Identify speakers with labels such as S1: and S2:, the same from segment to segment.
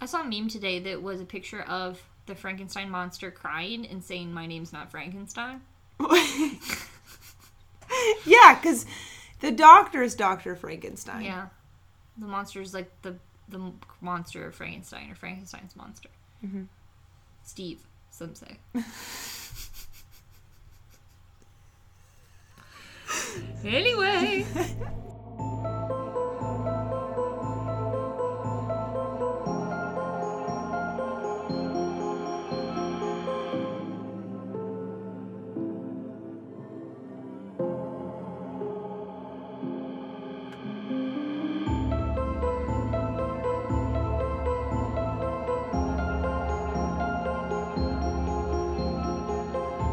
S1: I saw a meme today that was a picture of the Frankenstein monster crying and saying, "My name's not Frankenstein."
S2: yeah, because the doctor is Doctor Frankenstein.
S1: Yeah, the monster is like the the monster of Frankenstein or Frankenstein's monster.
S2: Mhm.
S1: Steve, some say. anyway.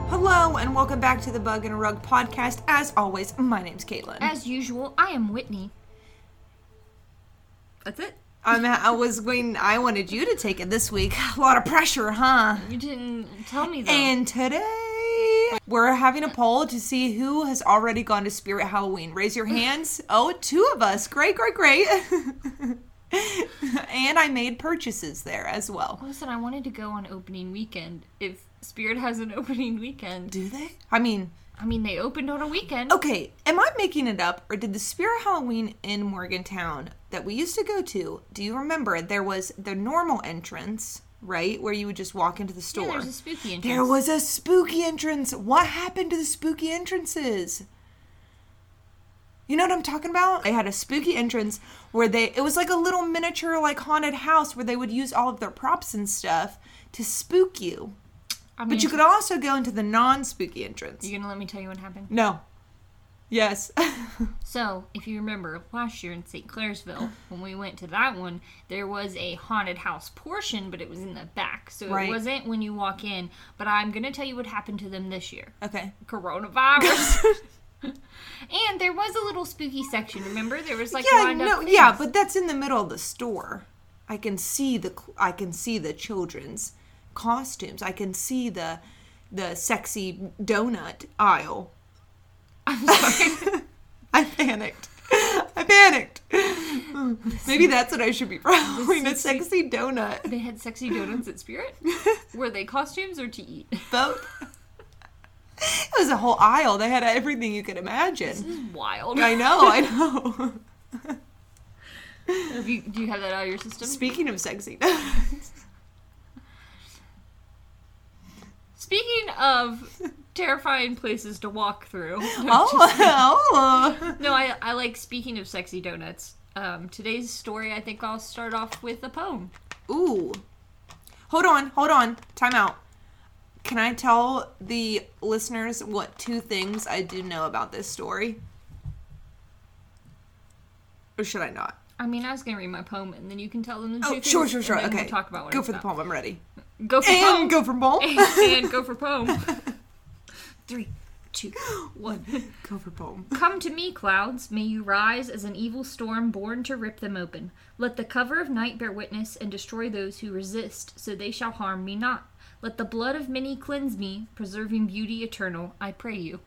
S2: Hello, and welcome back to the Bug and Rug podcast. As always, my name's Caitlin.
S1: As usual, I am Whitney. That's it.
S2: I'm, I was going. I wanted you to take it this week. A lot of pressure, huh?
S1: You didn't tell me though.
S2: And today we're having a poll to see who has already gone to Spirit Halloween. Raise your hands. Oh, two of us. Great, great, great. and I made purchases there as well.
S1: Listen, I wanted to go on opening weekend. If Spirit has an opening weekend,
S2: Do they? I mean,
S1: I mean, they opened on a weekend.
S2: okay, am I making it up or did the Spirit Halloween in Morgantown that we used to go to, do you remember there was the normal entrance, right? Where you would just walk into the
S1: Yeah,
S2: store.
S1: there's a spooky entrance.
S2: There was a spooky entrance. What happened to the spooky entrances? You know what I'm talking about? They had a spooky entrance where they it was like a little miniature like haunted house where they would use all of their props and stuff to spook you.
S1: I
S2: But you could also go into the non-spooky entrance.
S1: You're gonna let me tell Mm. you what happened.
S2: No. Yes.
S1: So, if you remember last year in St. Clairsville, when we went to that one, there was a haunted house portion, but it was in the back, so
S2: Right.
S1: it wasn't when you walk in. But I'm gonna tell you what happened to them this year.
S2: okay.
S1: Coronavirus. and there was a little spooky section. Remember, there was like
S2: Yeah,
S1: lined up
S2: no,
S1: things.
S2: yeah, but that's in the middle of the store. I can see the cl- I can see the children's costumes. I can see the the sexy donut aisle.
S1: I'm sorry.
S2: I panicked. I panicked. Maybe that's what I should be following a sexy donut.
S1: They had sexy donuts at Spirit? Were they costumes or to eat?
S2: Both. It was a whole aisle. They had everything you could imagine.
S1: This is wild.
S2: I know, I know.
S1: Have you- do you have that out of your system?
S2: Speaking of sexy donuts,
S1: Speaking of terrifying places to walk through.
S2: oh, oh,
S1: No, I, I like speaking of sexy donuts. Um, today's story, I think I'll start off with a poem.
S2: Ooh. Hold on, hold on. Time out. Can I tell the listeners what two things I do know about this story? Or should I not?
S1: I mean, I was gonna read my poem, and then you can tell them the two
S2: Oh,
S1: things,
S2: sure, sure,
S1: and
S2: sure.
S1: then
S2: Okay.
S1: we'll talk about what
S2: go
S1: it's
S2: for the
S1: about.
S2: poem. I'm ready.
S1: Go for
S2: And
S1: poem.
S2: go for poem.
S1: and go for poem. Three, two, one.
S2: go for poem.
S1: Come to me, clouds. May you rise as an evil storm born to rip them open. Let the cover of night bear witness and destroy those who resist, so they shall harm me not. Let the blood of many cleanse me, preserving beauty eternal, I pray you.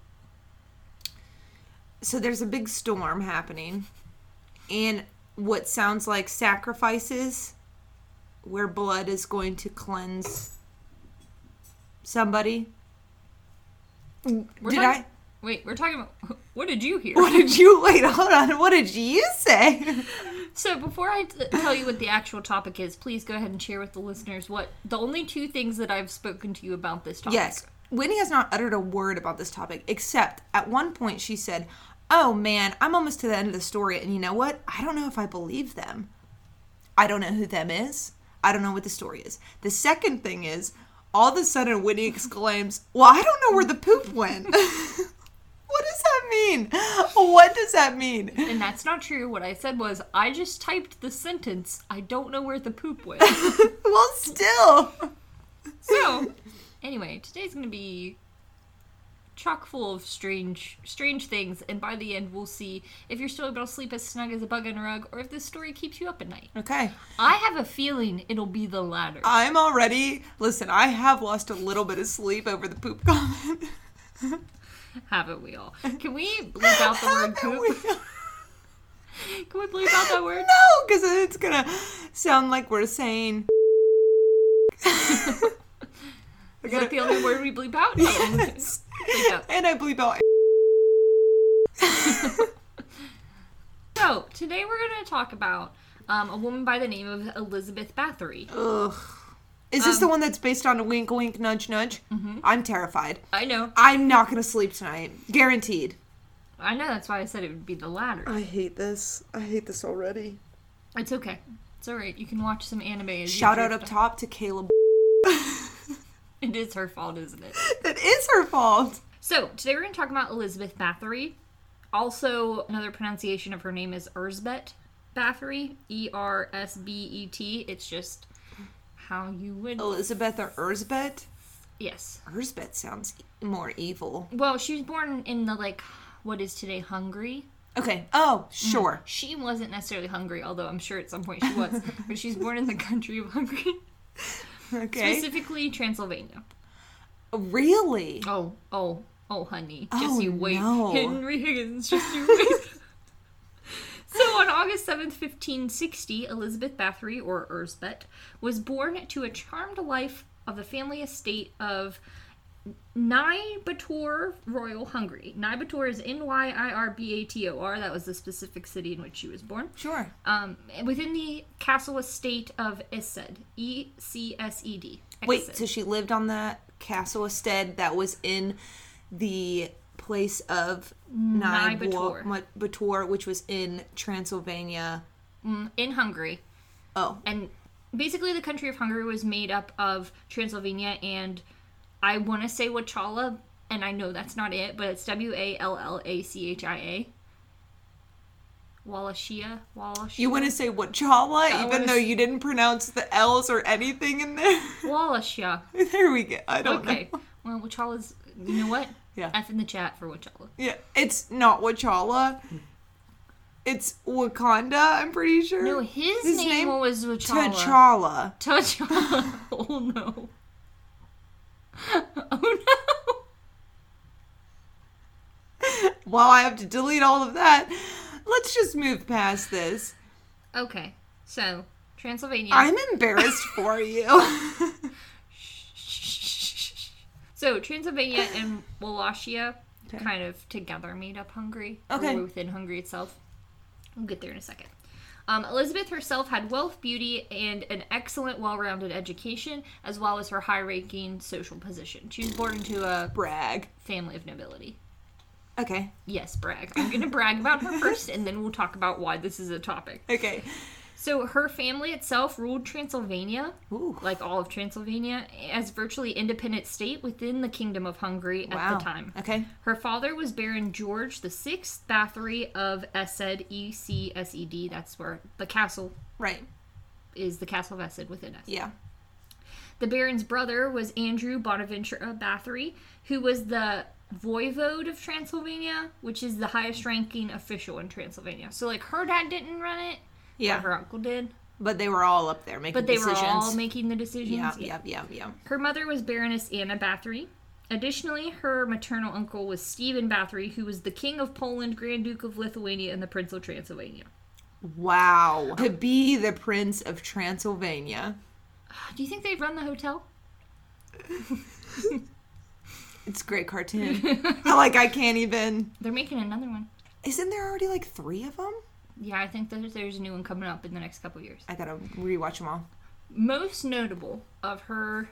S2: So there's a big storm happening, and what sounds like sacrifices, where blood is going to cleanse somebody.
S1: We're
S2: did
S1: talking-
S2: I?
S1: Wait, we're talking about. What did you hear?
S2: What did you wait? Hold on. What did you say?
S1: So before I t- tell you what the actual topic is, please go ahead and share with the listeners what the only two things that I've spoken to you about this topic.
S2: Yes. Whitney has not uttered a word about this topic, except at one point she said, Oh man, I'm almost to the end of the story, and you know what? I don't know if I believe them. I don't know who them is. I don't know what the story is. The second thing is, all of a sudden Whitney exclaims, Well, I don't know where the poop went. what does that mean? What does that mean?
S1: And that's not true. What I said was, I just typed the sentence, I don't know where the poop went.
S2: well, still.
S1: So, anyway, today's going to be chock full of strange, strange things, and by the end, we'll see if you're still able to sleep as snug as a bug on a rug, or if this story keeps you up at night.
S2: Okay.
S1: I have a feeling it'll be the latter.
S2: I'm already, listen, I have lost a little bit of sleep over the poop comment.
S1: Haven't we all? Can we bleep out the word poop? Can we bleep out that word?
S2: No, because it's gonna sound like we're saying I
S1: Is that
S2: gotta-
S1: the only word we bleep out? Oh,
S2: Yes.
S1: bleep out.
S2: and I bleep out.
S1: So today we're going to talk about um, a woman by the name of Elizabeth Bathory.
S2: Ugh. Is
S1: Um,
S2: this the one that's based on a wink, wink, nudge, nudge?
S1: Mm-hmm.
S2: I'm terrified.
S1: I know,
S2: I'm not gonna sleep tonight, guaranteed.
S1: I know. That's why I said it would be the latter.
S2: I hate this. I hate this already.
S1: It's okay. It's all right. You can watch some anime. As you
S2: Shout out
S1: drift
S2: up top to Caleb.
S1: It is her fault, isn't it?
S2: That is her fault.
S1: So today we're going to talk about Elizabeth Bathory. Also, another pronunciation of her name is Erzbet Bathory. E R S B E T. It's just how you would.
S2: Elizabeth or Erzbet?
S1: Yes.
S2: Erzbet sounds e- more evil.
S1: Well, she was born in the like what is today Hungary.
S2: Okay. Oh, sure.
S1: She wasn't necessarily Hungary, although I'm sure at some point she was. but she's born in the country of Hungary, Mm.
S2: Okay.
S1: specifically Transylvania.
S2: Really?
S1: Oh, oh, oh, honey. Just
S2: Oh,
S1: you wait.
S2: no.
S1: Henry Higgins, just you wait. so on August 7th, 1560, Elizabeth Bathory, or Erzbet, was born to a charmed life of the family estate of Nybator, Royal Hungary. Nybator is N Y I R B A T O R. That was the specific city in which she was born
S2: Sure.
S1: um, within the castle estate of Ised, E C S E D.
S2: Wait,
S1: Ised.
S2: so she lived on the castle estate that was in the place of
S1: Nybator.
S2: Nybator, which was in Transylvania.
S1: Mm, in Hungary,
S2: Oh,
S1: and basically the country of Hungary was made up of Transylvania and I want to say Wachala, and I know that's not it, but it's W A L L A C H I A. Wallachia, Wallachia,
S2: you want to say Wachala,
S1: I
S2: even
S1: wanna
S2: though
S1: s-
S2: you didn't pronounce the L's or anything in there?
S1: Wallachia.
S2: there we go. I don't
S1: Okay,
S2: know.
S1: well Wachala's. You know what?
S2: Yeah.
S1: F in the chat for Wachala.
S2: Yeah, it's not Wachala. It's Wakanda, I'm pretty sure.
S1: No, his,
S2: His
S1: name,
S2: name?
S1: was Wachala.
S2: T'Challa.
S1: Touch Oh no. Oh
S2: Well, I have to delete all of that. Let's just move past this.
S1: no. Okay, so Transylvania.
S2: I'm embarrassed for you.
S1: so Transylvania and Wallachia kind of together made up Hungary. or
S2: Okay.
S1: within Hungary itself. We'll get there in a second. Um, Elizabeth herself had wealth, beauty, and an excellent, well rounded education, as well as her high ranking social position. She was born into a
S2: Brag.
S1: family of nobility.
S2: Okay.
S1: Yes, brag. I'm going to brag about her first, and then we'll talk about why this is a topic.
S2: Okay.
S1: So, her family itself ruled Transylvania,
S2: Ooh.
S1: like all of Transylvania, as virtually independent state within the Kingdom of Hungary
S2: Wow.
S1: at the time.
S2: Okay.
S1: Her father was Baron George the Sixth Bathory of Essed, E C S E D. That's where the castle
S2: Right.
S1: is, the castle of Essed within Essed.
S2: Yeah.
S1: The Baron's brother was Andrew Bonaventura Bathory, who was the voivode of Transylvania, which is the highest ranking official in Transylvania. So, like, her dad didn't run it, but
S2: Yeah.
S1: her uncle did.
S2: But they were all up there making
S1: But they
S2: decisions.
S1: were all making the decisions.
S2: yeah,
S1: Yeah.
S2: yeah, yeah, yeah.
S1: Her mother was Baroness Anna Bathory. Additionally, her maternal uncle was Stephen Bathory, who was the King of Poland, Grand Duke of Lithuania, and the Prince of Transylvania.
S2: Wow. To be the prince of Transylvania.
S1: Do you think they run the hotel?
S2: It's a great cartoon. I, like I can't even.
S1: They're making another one.
S2: Isn't there already like three of them?
S1: Yeah, I think there's, there's a new one coming up in the next couple years.
S2: I gotta rewatch them all.
S1: most notable of her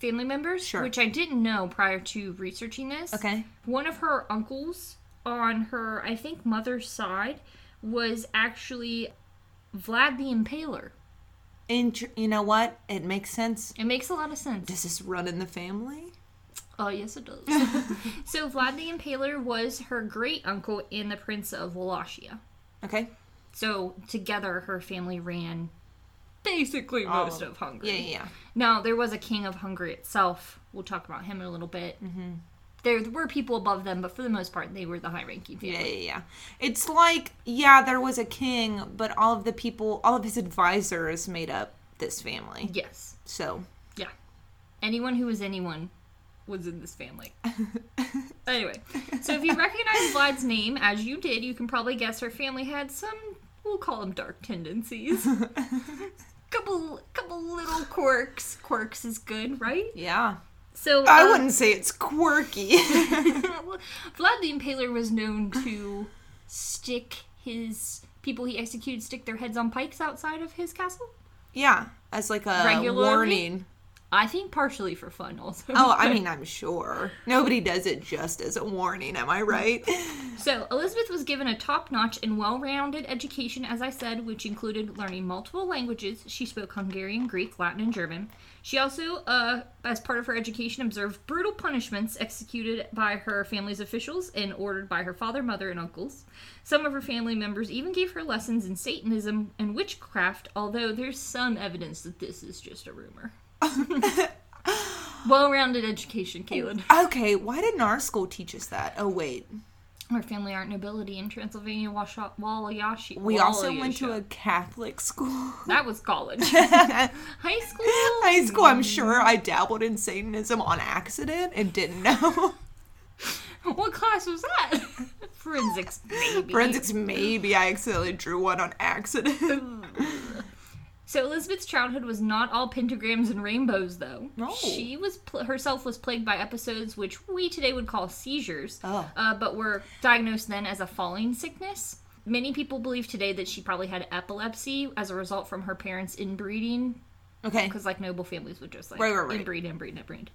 S1: family members,
S2: Sure.
S1: which I didn't know prior to researching this.
S2: Okay.
S1: One of her uncles on her, I think, mother's side was actually Vlad the Impaler.
S2: And tr- you know what? It makes sense.
S1: It makes a lot of sense.
S2: Does this run in the family?
S1: Oh, yes, it does. so, Vlad the Impaler was her great uncle and the Prince of Wallachia.
S2: Okay.
S1: So, together, her family ran basically most of Hungary.
S2: Yeah, yeah, yeah.
S1: Now, there was a king of Hungary itself. We'll talk about him in a little bit.
S2: Mm-hmm.
S1: There were people above them, but for the most part, they were the high ranking
S2: Yeah,
S1: family.
S2: yeah, yeah. It's like, yeah, there was a king, but all of the people, all of his advisors made up this family.
S1: Yes.
S2: So,
S1: Yeah. Anyone who was anyone was in this family. anyway, so if you recognize Vlad's name, as you did, you can probably guess her family had some, we'll call them dark tendencies. couple, couple little little quirks. Quirks is good, right?
S2: Yeah.
S1: So
S2: I
S1: um,
S2: wouldn't say it's quirky.
S1: Vlad the Impaler was known to stick his people he executed stick their heads on pikes outside of his castle.
S2: yeah, as like a
S1: Regularly?
S2: warning.
S1: I think partially for fun, also.
S2: Oh, I mean, I'm sure. Nobody does it just as a warning, am I right?
S1: So, Elizabeth was given a top notch and well rounded education, as I said, which included learning multiple languages. She spoke Hungarian, Greek, Latin, and German. She also, uh, as part of her education, observed brutal punishments executed by her family's officials and ordered by her father, mother, and uncles. Some of her family members even gave her lessons in Satanism and witchcraft, although there's some evidence that this is just a rumor. well rounded education, Caleb.
S2: Okay, why didn't our school teach us that? Oh, wait.
S1: Our family aren't nobility in Transylvania, Washa- Wallayashi.
S2: We also went to
S1: Wallayashi.
S2: a Catholic school.
S1: That was college. High school?
S2: High school, I'm sure I dabbled in Satanism on accident and didn't know.
S1: What class was that? Forensics, maybe.
S2: Forensics, maybe I accidentally drew one on accident.
S1: So Elizabeth's childhood was not all pentagrams and rainbows, though.
S2: No.
S1: She was pl- herself was plagued by episodes which we today would call seizures,
S2: Oh.
S1: uh, but were diagnosed then as a falling sickness. Many people believe today that she probably had epilepsy as a result from her parents' inbreeding
S2: okay.
S1: because like noble families would just like
S2: Right, right, right.
S1: inbreed, inbreed, inbreed.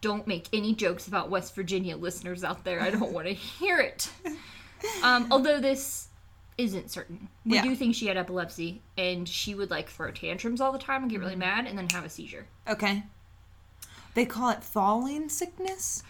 S1: Don't make any jokes about West Virginia listeners out there. I don't want to hear it. Um, although this isn't certain, we
S2: Yeah.
S1: do think she had epilepsy, and she would like throw tantrums all the time and get
S2: Mm-hmm.
S1: really mad, and then have a seizure.
S2: Okay. They call it falling sickness?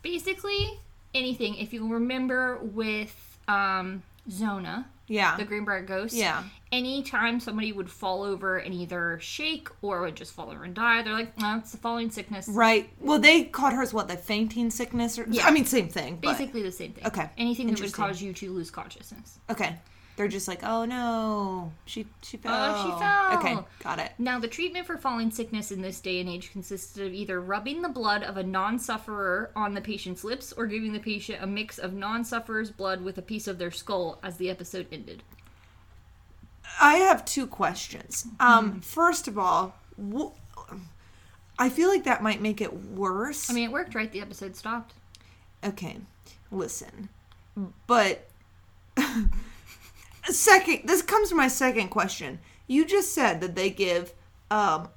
S1: Basically, anything. If you remember with um, Zona,
S2: Yeah.
S1: the Greenbrier ghost.
S2: Uh, Yeah.
S1: Anytime somebody would fall over and either shake or would just fall over and die, they're like, "No, it's a falling sickness."
S2: Right. Well, they called hers what the fainting sickness, or
S1: Yeah.
S2: I mean, same thing. But,
S1: Basically the same thing.
S2: Okay.
S1: Anything that would
S2: Interesting.
S1: cause you to lose consciousness.
S2: okay, they're just like, oh no, she she fell.
S1: Oh, she fell.
S2: Okay, got it.
S1: Now, the treatment for falling sickness in this day and age consisted of either rubbing the blood of a non sufferer on the patient's lips or giving the patient a mix of non sufferer's blood with a piece of their skull as the episode ended.
S2: I have two questions.
S1: Hmm.
S2: Um, first of all, wh- I feel like that might make it worse.
S1: I mean, it worked, right? The episode stopped.
S2: okay, listen, but second, this comes to my second question. You just said that they give um,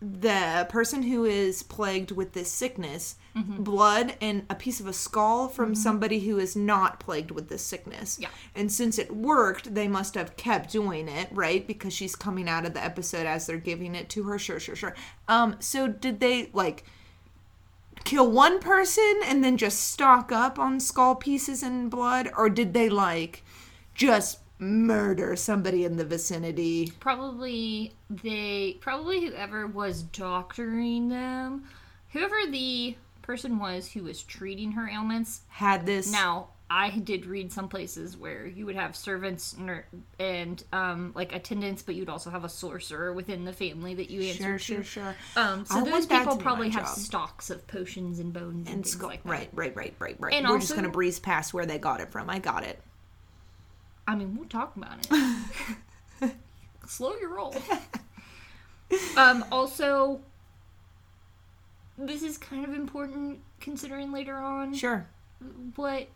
S2: the person who is plagued with this sickness blood and a piece of a skull from somebody who is not plagued with this sickness.
S1: Yeah.
S2: And since it worked, they must have kept doing it, right? Because she's coming out of the episode as they're giving it to her. Sure, sure, sure. Um, so did they like kill one person and then just stock up on skull pieces and blood, or did they like just murder somebody in the vicinity?
S1: Probably they, probably whoever was doctoring them, whoever the person was who was treating her ailments,
S2: Had this
S1: Now, I did read some places where you would have servants ner- and um, like attendants, but you'd also have a sorcerer within the family that you answer
S2: Sure,
S1: to.
S2: sure, sure.
S1: Um, so
S2: I
S1: those
S2: want that
S1: people
S2: to be
S1: probably
S2: my
S1: have
S2: job.
S1: stocks of potions and bones and,
S2: And
S1: things
S2: sco-
S1: like that.
S2: right, right, right, right, right.
S1: And
S2: We're just
S1: also- Mm-hmm.
S2: gonna breeze past where they got it from. I got it.
S1: I mean, we'll talk about it. Slow your roll. um, also, this is kind of important considering later on.
S2: Sure.
S1: what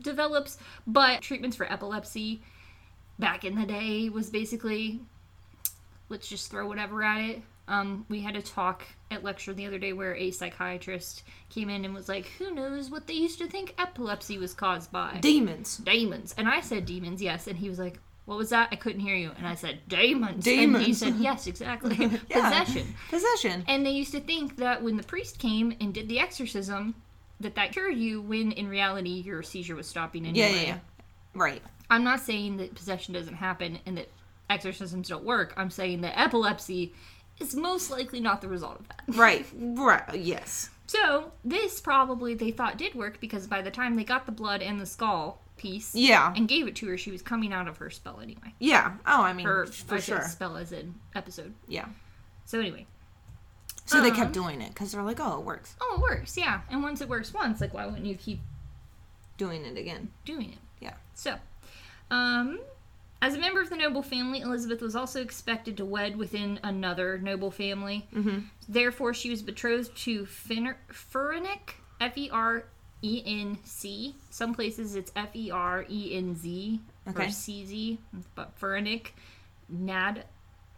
S1: develops but treatments for epilepsy back in the day was basically let's just throw whatever at it um, we had a talk at lecture the other day where a psychiatrist came in and was like who knows what they used to think epilepsy was caused by
S2: Demons.
S1: demons and i said demons yes and he was like what was that i couldn't hear you and i said demons and he
S2: Demons.
S1: said yes exactly possession
S2: Possession.
S1: and they used to think that when the priest came and did the exorcism, that that cured you. When in reality, your seizure was stopping
S2: Yeah,
S1: anyway.
S2: yeah, yeah. Right.
S1: I'm not saying that possession doesn't happen and that exorcisms don't work. I'm saying that epilepsy is most likely not the result of that.
S2: Right. Right. Yes.
S1: So this probably they thought did work because by the time they got the blood and the skull piece
S2: Yeah.
S1: and gave it to her, she was coming out of her spell anyway.
S2: Yeah. Oh, I mean,
S1: Her
S2: for
S1: I said
S2: sure.
S1: spell as in episode.
S2: Yeah.
S1: So anyway,
S2: So they
S1: Um,
S2: kept doing it because they're like, oh, it works.
S1: oh, it works, yeah. And once it works once, like why wouldn't you keep
S2: Doing it again.
S1: doing it?
S2: Yeah.
S1: So, um, As a member of the noble family, Elizabeth was also expected to wed within another noble family. Therefore, she was betrothed to Finner- Ferenc, F E R E N C. Some places it's F E R E N Z
S2: Okay.
S1: or C Z, but Ferenc Nad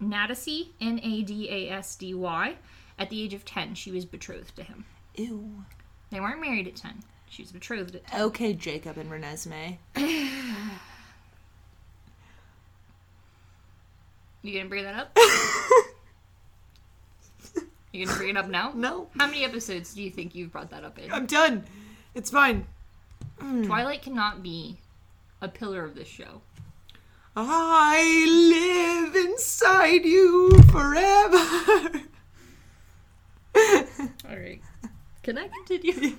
S1: Nadasy, N A D A S D Y. At the age of 10, she was betrothed to him.
S2: Ew.
S1: They weren't married at 10. She was betrothed at 10.
S2: Okay, Jacob and Renesmee.
S1: You gonna bring that up? you gonna bring it up now?
S2: No,
S1: How many episodes do you think you've brought that up in?
S2: I'm done. It's fine.
S1: Twilight cannot be a pillar of this show.
S2: I live inside you forever.
S1: All right. Can I continue?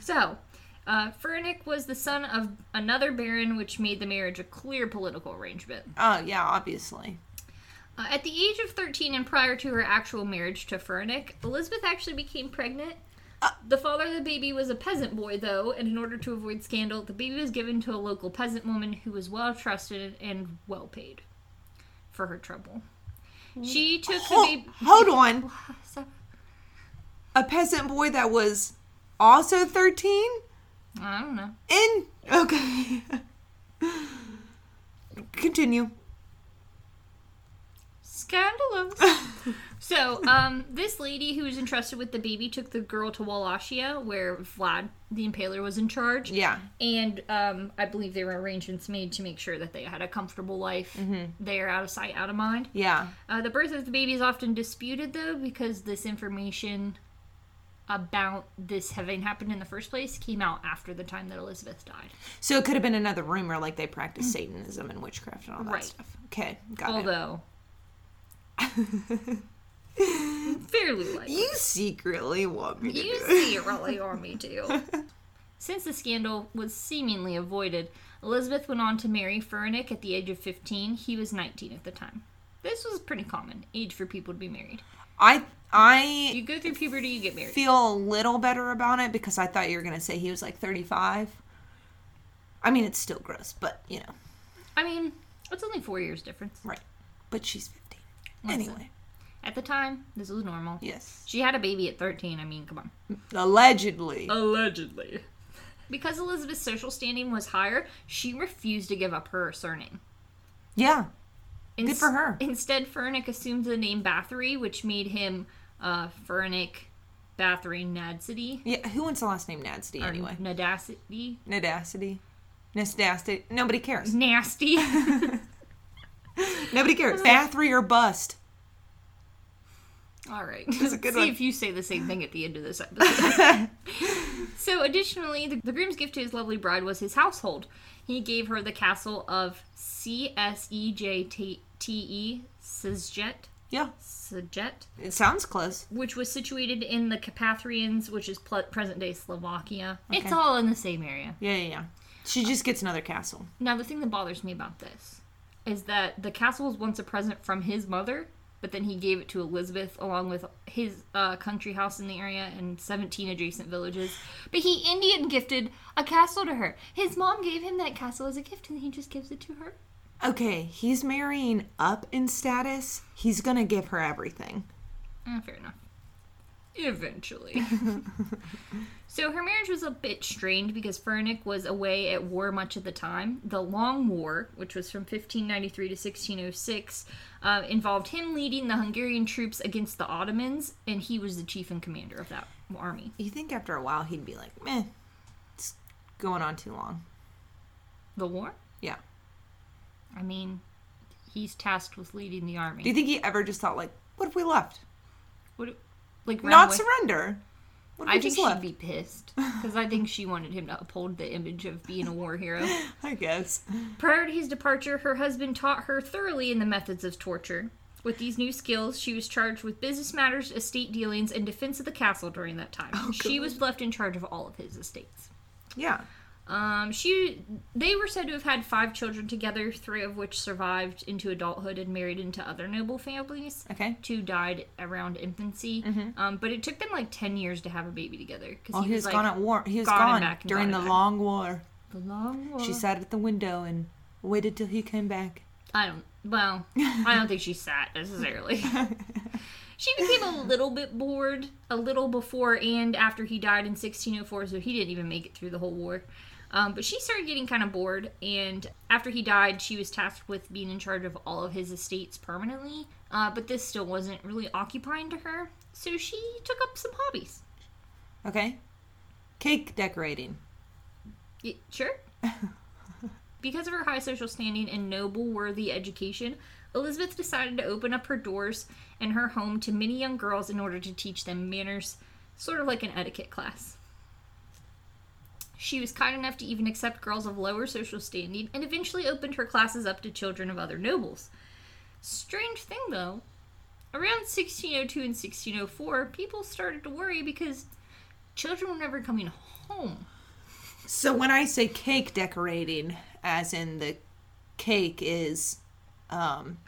S1: So, uh, Fernick was the son of another baron, which made the marriage a clear political arrangement.
S2: oh, yeah, obviously.
S1: Uh, at the age of 13 and prior to her actual marriage to Fernick, Elizabeth actually became pregnant. the father of the baby was a peasant boy, though, and in order to avoid scandal, the baby was given to a local peasant woman who was well trusted and well paid for her trouble. She took the
S2: Hold,
S1: baby.
S2: hold on.
S1: So-
S2: A peasant boy that was also 13?
S1: I don't know.
S2: In. Okay. Continue.
S1: Scandalous. so, um, this lady who was entrusted with the baby took the girl to Wallachia, where Vlad the Impaler was in charge.
S2: Yeah.
S1: And um, I believe there were arrangements made to make sure that they had a comfortable life there, out of sight, out of mind.
S2: Yeah.
S1: Uh, the birth of the baby is often disputed, though, because this information about this having happened in the first place came out after the time that Elizabeth died.
S2: So it could have been another rumor, like they practice Satanism and witchcraft and all that
S1: Right.
S2: stuff. Okay, got it.
S1: Although, fairly likely.
S2: You secretly want me to
S1: You
S2: do it.
S1: see it really on me too. Since the scandal was seemingly avoided, Elizabeth went on to marry Fernick at the age of 15. He was 19 at the time. This was pretty common age for people to be married.
S2: I
S1: You
S2: I
S1: go through puberty, you get married.
S2: feel a little better about it because I thought you were gonna say he was like thirty five. I mean, it's still gross, but you know,
S1: I mean, it's only four years difference.
S2: right? But she's fifteen
S1: Listen.
S2: anyway.
S1: At the time, this was normal.
S2: Yes,
S1: She had a baby at 13. I mean, come on.
S2: allegedly.
S1: Allegedly. Because Elizabeth's social standing was higher, she refused to give up her surname.
S2: yeah,
S1: Ins-
S2: Good for her.
S1: Instead, Fernick assumed the name Bathory, which made him uh, Fernick Bathory Nadsity.
S2: yeah. Who wants the last name Nadsty
S1: or
S2: anyway?
S1: Nadacity.
S2: Nadacity. Nadacity. Nobody cares.
S1: Nasty.
S2: Nobody cares. Bathory or bust.
S1: All right.
S2: was a good
S1: See
S2: one.
S1: if you say the same thing at the end of this episode. so, additionally, the, the groom's gift to his lovely bride was his household. He gave her the castle of C S E J T T E, Sejt,
S2: Yeah,
S1: Sejt,
S2: it sounds close.
S1: which was situated in the Carpathians, which is pl- present day Slovakia. It's
S2: Okay.
S1: all in the same area.
S2: Yeah, yeah, yeah. She just gets another castle.
S1: Now, the thing that bothers me about this is that the castle was once a present from his mother, but then he gave it to Elizabeth along with his uh, country house in the area and 17 adjacent villages. But he Indian gifted a castle to her. His mom gave him that castle as a gift, and he just gives it to her.
S2: Okay, he's marrying up in status. He's gonna give her everything.
S1: Eh, fair enough. Eventually. so her marriage was a bit strained because Fernick was away at war much of the time. The Long War, which was from 1593 to 1606, uh, involved him leading the Hungarian troops against the Ottomans, and he was the chief and commander of that army.
S2: You think after a while he'd be like, meh, it's going on too long.
S1: The war?
S2: Yeah.
S1: I mean, he's tasked with leading the
S2: Do
S1: army.
S2: you think he ever just thought like, what if we left?
S1: What, like, ran
S2: Not
S1: away?
S2: surrender. What if
S1: I think
S2: we just
S1: she'd
S2: left?
S1: be pissed because I think she wanted him to uphold the image of being a war hero.
S2: I guess.
S1: Prior to his departure, her husband taught her thoroughly in the methods of torture. With these new skills, she was charged with business matters, estate dealings, and defense of the castle during that time.
S2: Oh,
S1: she was left in charge of all of his estates.
S2: Yeah.
S1: Um, she, they were said to have had five children together, three of which survived into adulthood and married into other noble families.
S2: Okay. Mm-hmm.
S1: Two died around infancy, um, but it took them like ten years to have a baby together because
S2: Well, he was
S1: like
S2: gone at war. He was
S1: gone and
S2: gone,
S1: back Uh-huh. and
S2: during
S1: gone
S2: the
S1: and back.
S2: long war.
S1: the long war.
S2: She sat at the window and waited till he came back.
S1: I don't. Well, I don't think she sat necessarily. she became a little bit bored, a little before and after he died in 1604, so he didn't even make it through the whole war. Um, but she started getting kind of bored, and after he died, she was tasked with being in charge of all of his estates permanently. Uh, but this still wasn't really occupying to her, so she took up some hobbies.
S2: Okay? Cake decorating.
S1: Y- sure. because of her high social standing and noble worthy education, Elizabeth decided to open up her doors and her home to many young girls in order to teach them manners, sort of like an etiquette class. She was kind enough to even accept girls of lower social standing and eventually opened her classes up to children of other nobles. Strange thing though, around 1602 and 1604, people started to worry because children were never coming home.
S2: So when I say cake decorating, as in the cake is um,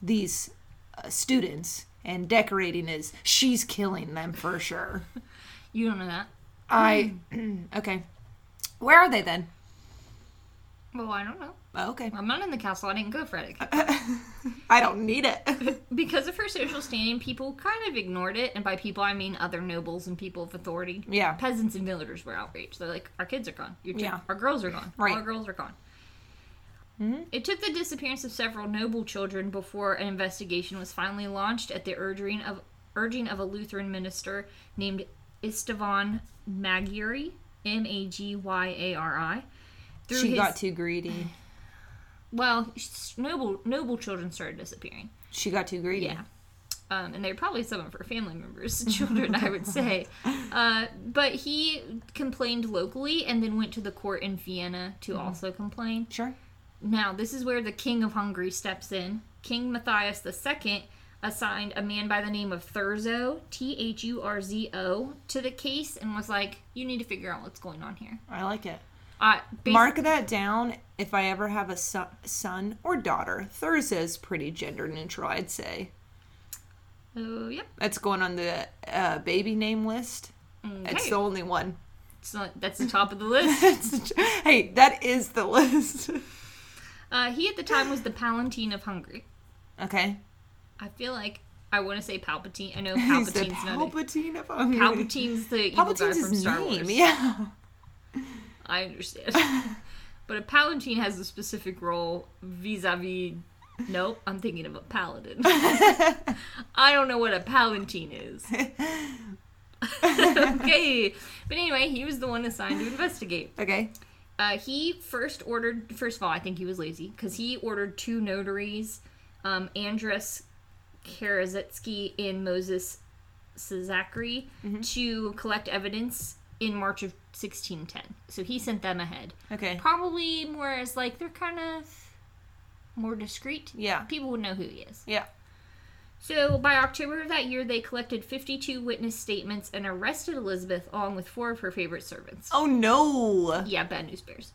S2: these uh, students, and decorating is she's killing them for sure.
S1: You don't know that?
S2: I
S1: Hmm.
S2: okay. Where are they then?
S1: Well, I don't know.
S2: Oh, okay.
S1: I'm not in the castle. I didn't go Frederick.
S2: I don't need it.
S1: Because of her social standing, people kind of ignored it, and by people I mean other nobles and people of authority.
S2: Yeah.
S1: Peasants and villagers were outraged. They're like, our kids are gone. Your chi-
S2: Yeah.
S1: Our girls are gone.
S2: Right. Mm-hmm.
S1: All our girls are gone. It took the disappearance of several noble children before an investigation was finally launched at the urging of urging of a Lutheran minister named Istvan Magyari, M A G Y A R I. Through
S2: she
S1: his-
S2: got too greedy.
S1: well, s- noble noble children started disappearing.
S2: She got too greedy.
S1: Yeah. Um, and they're probably some of her family members, children, I would say. Uh, but he complained locally and then went to the court in Vienna to also complain.
S2: Sure.
S1: Now, this is where the king of Hungary steps in. King Matthias II assigned a man by the name of Thurzo, T H U R Z O, to the case and was like, You need to figure out what's going on here.
S2: I like it.
S1: Uh, bas-
S2: Mark that down if I ever have a son, son or daughter. Thursday's pretty gender neutral, I'd say.
S1: Oh, yep.
S2: That's going on the uh, baby name list. It's
S1: Okay.
S2: the only one.
S1: So that's the top of the list.
S2: It's- hey, that is the list.
S1: Uh, he at the time was the Palatine of Hungary.
S2: Okay.
S1: I feel like I want to say Palpatine. I know
S2: He's the
S1: Palpatine's not. A,
S2: Palpatine of Hungary.
S1: Palpatine's the evil guy
S2: Palpatine's
S1: from
S2: his
S1: Star
S2: name.
S1: Wars.
S2: Yeah.
S1: I understand. but a Palatine has a specific role vis-a-vis. Nope, I'm thinking of a paladin. I don't know what a palatine is. okay, but anyway, he was the one assigned to investigate.
S2: Okay.
S1: Uh, he first ordered. First of all, I think he was lazy because he ordered two notaries, um, Andrus Karaszewski and Moses Zachary, to collect evidence in March of 1610. So he sent them ahead,
S2: Okay.
S1: probably more as like they're kind of more discreet.
S2: Yeah.
S1: People would know who he is.
S2: Yeah.
S1: So by October of that year, they collected 52 witness statements and arrested Elizabeth along with four of her favorite servants.
S2: Oh no.
S1: Yeah, bad news bears.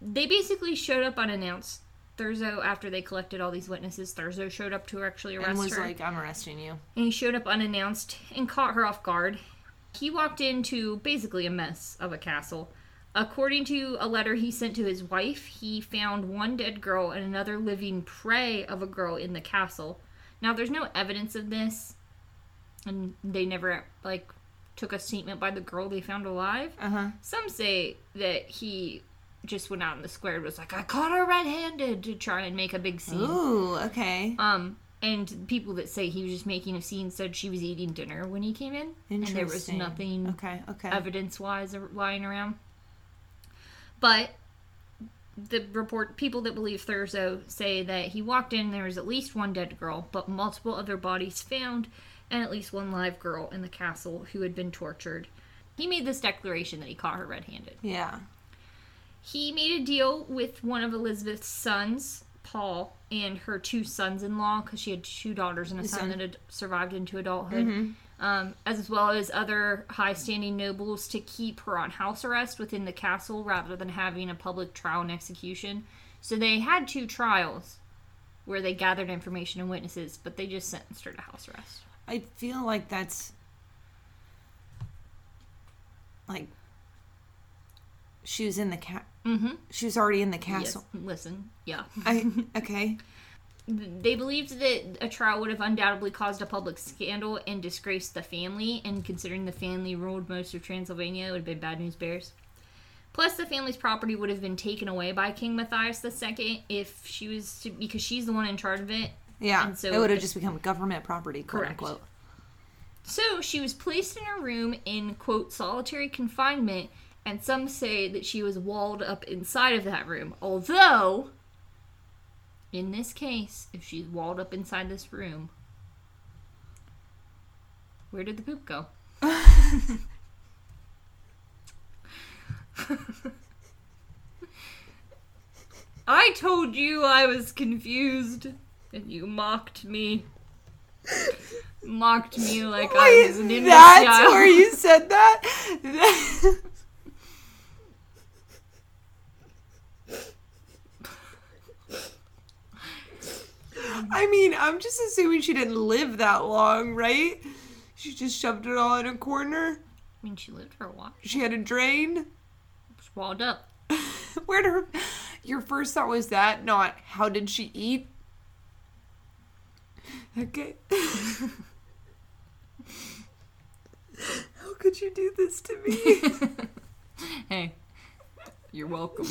S1: They basically showed up unannounced. Thurzo, after they collected all these witnesses, Thurzo showed up to actually arrest
S2: And was
S1: her.
S2: like, I'm arresting you.
S1: and he showed up unannounced and caught her off guard. He walked into basically a mess of a castle. According to a letter he sent to his wife, he found one dead girl and another living prey of a girl in the castle. Now, there's no evidence of this, and they never like took a statement by the girl they found alive.
S2: Uh huh.
S1: Some say that he just went out in the square and was like, I caught her red handed to try and make a big scene.
S2: Ooh. Okay.
S1: Um, and people that say he was just making a scene said she was eating dinner when he came in. And there was
S2: Interesting.
S1: nothing
S2: Okay. Okay.
S1: evidence wise lying around. But the report people that believe Thurzo say that he walked in there was at least one dead girl, but multiple other bodies found, and at least one live girl in the castle who had been tortured. He made this declaration that he caught her red handed.
S2: Yeah.
S1: He made a deal with one of Elizabeth's sons, Paul, and her two sons in law, because she had two daughters and a son,
S2: son.
S1: that had survived into adulthood, um, as well as other high standing nobles, to keep her on house arrest within the castle rather than having a public trial and execution. So they had two trials where they gathered information and witnesses, but they just sentenced her to house arrest.
S2: I feel like that's like she was in the cat
S1: Mm-hmm.
S2: She was already in the castle.
S1: Yes. Listen, yeah.
S2: I okay.
S1: They believed that a trial would have undoubtedly caused a public scandal and disgraced the family, and considering the family ruled most of Transylvania, it would have been bad news bears. Plus, the family's property would have been taken away by King Matthias II if she was to, because she's the one in charge of it.
S2: Yeah.
S1: And so-
S2: it would have just become government property, quote
S1: Correct.
S2: unquote.
S1: So she was placed in a room in quote solitary confinement, and some say that she was walled up inside of that room. Although, in this case, if she's walled up inside this room, where did the poop go? I told you I was confused, and you mocked me. Mocked me like I was
S2: Wait,
S1: an infant
S2: that's
S1: child.
S2: where you said that? I mean, I'm just assuming she didn't live that long, right? She just shoved it all in a corner.
S1: I mean, she lived for a while.
S2: She had a drain.
S1: She was walled up.
S2: Where did her. Your first thought was that, not how did she eat? Okay. how could you do this to me?
S1: Hey, you're welcome.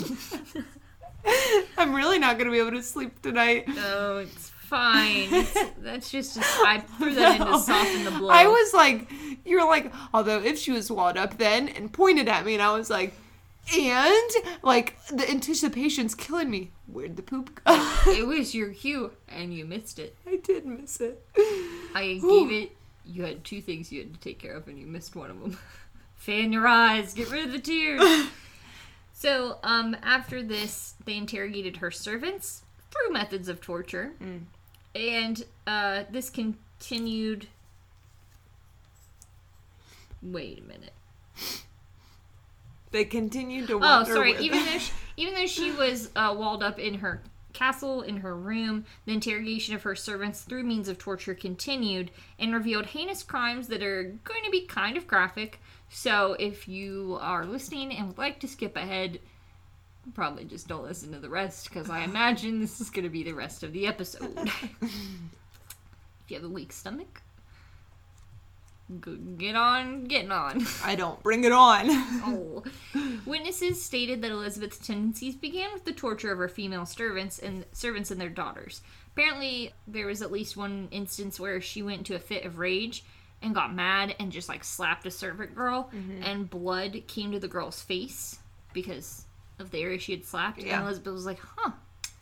S2: I'm really not going to be able to sleep tonight.
S1: no, it's fine. It's- that's just, I threw that in
S2: No.
S1: to soften the blow.
S2: I was like, you were like, although if she was walled up then and pointed at me, and I was like, and like the anticipation's killing me. Where'd the poop go?
S1: It was your cue, and you missed it.
S2: I did miss it.
S1: I
S2: Ooh.
S1: gave it. You had two things you had to take care of, and you missed one of them. Fan your eyes. Get rid of the tears. so, um, after this, they interrogated her servants through methods of torture, and uh, this continued. Wait a minute.
S2: They continued to
S1: Oh,
S2: wander.
S1: sorry.
S2: with-
S1: Even though she, even though she was uh, walled up in her castle in her room, the interrogation of her servants through means of torture continued and revealed heinous crimes that are going to be kind of graphic. So, if you are listening and would like to skip ahead, probably just don't listen to the rest because I imagine this is going to be the rest of the episode. if you have a weak stomach, go get on getting on.
S2: I don't bring it on.
S1: Oh. Witnesses stated that Elizabeth's tendencies began with the torture of her female servants and servants and their daughters. Apparently, there was at least one instance where she went into a fit of rage and got mad and just like slapped a servant girl, and blood came to the girl's face because of the area she had slapped.
S2: Yeah.
S1: And Elizabeth was like, "Huh,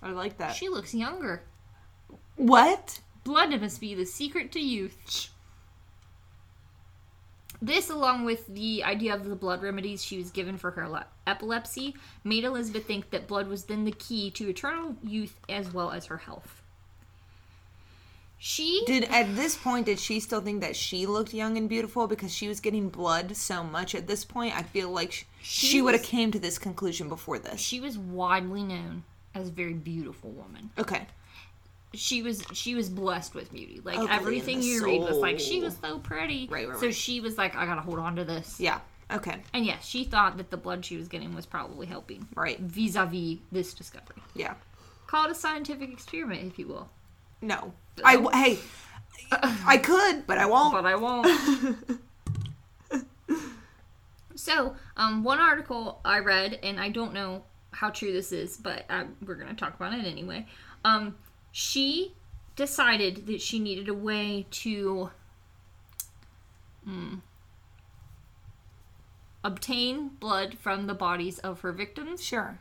S2: I like that.
S1: she looks younger.
S2: What?
S1: Blood must be the secret to youth." This, along with the idea of the blood remedies she was given for her le- epilepsy, made Elizabeth think that blood was then the key to eternal youth as well as her health. She
S2: Did at this point did she still think that she looked young and beautiful because she was getting blood so much at this point? I feel like she, she, would have
S1: was-
S2: came to this conclusion before this.
S1: she was widely known as a very beautiful woman.
S2: Okay.
S1: She was she was blessed with beauty. Like
S2: Ugly in
S1: everything
S2: the
S1: you read was like she
S2: soul.
S1: was so pretty.
S2: Right, right,
S1: So
S2: right.
S1: she was like, I gotta hold on to this.
S2: Yeah. Okay.
S1: And yes, she thought that the blood she was getting was probably helping.
S2: Right.
S1: Vis-a-vis this discovery.
S2: Yeah.
S1: Call it a scientific experiment, if you will.
S2: No. I w- hey. I could, but I won't.
S1: but I won't. so, um, one article I read, and I don't know how true this is, but uh we're going to talk about it anyway. Um, she decided that she needed a way to mm, obtain blood from the bodies of her victims.
S2: Sure.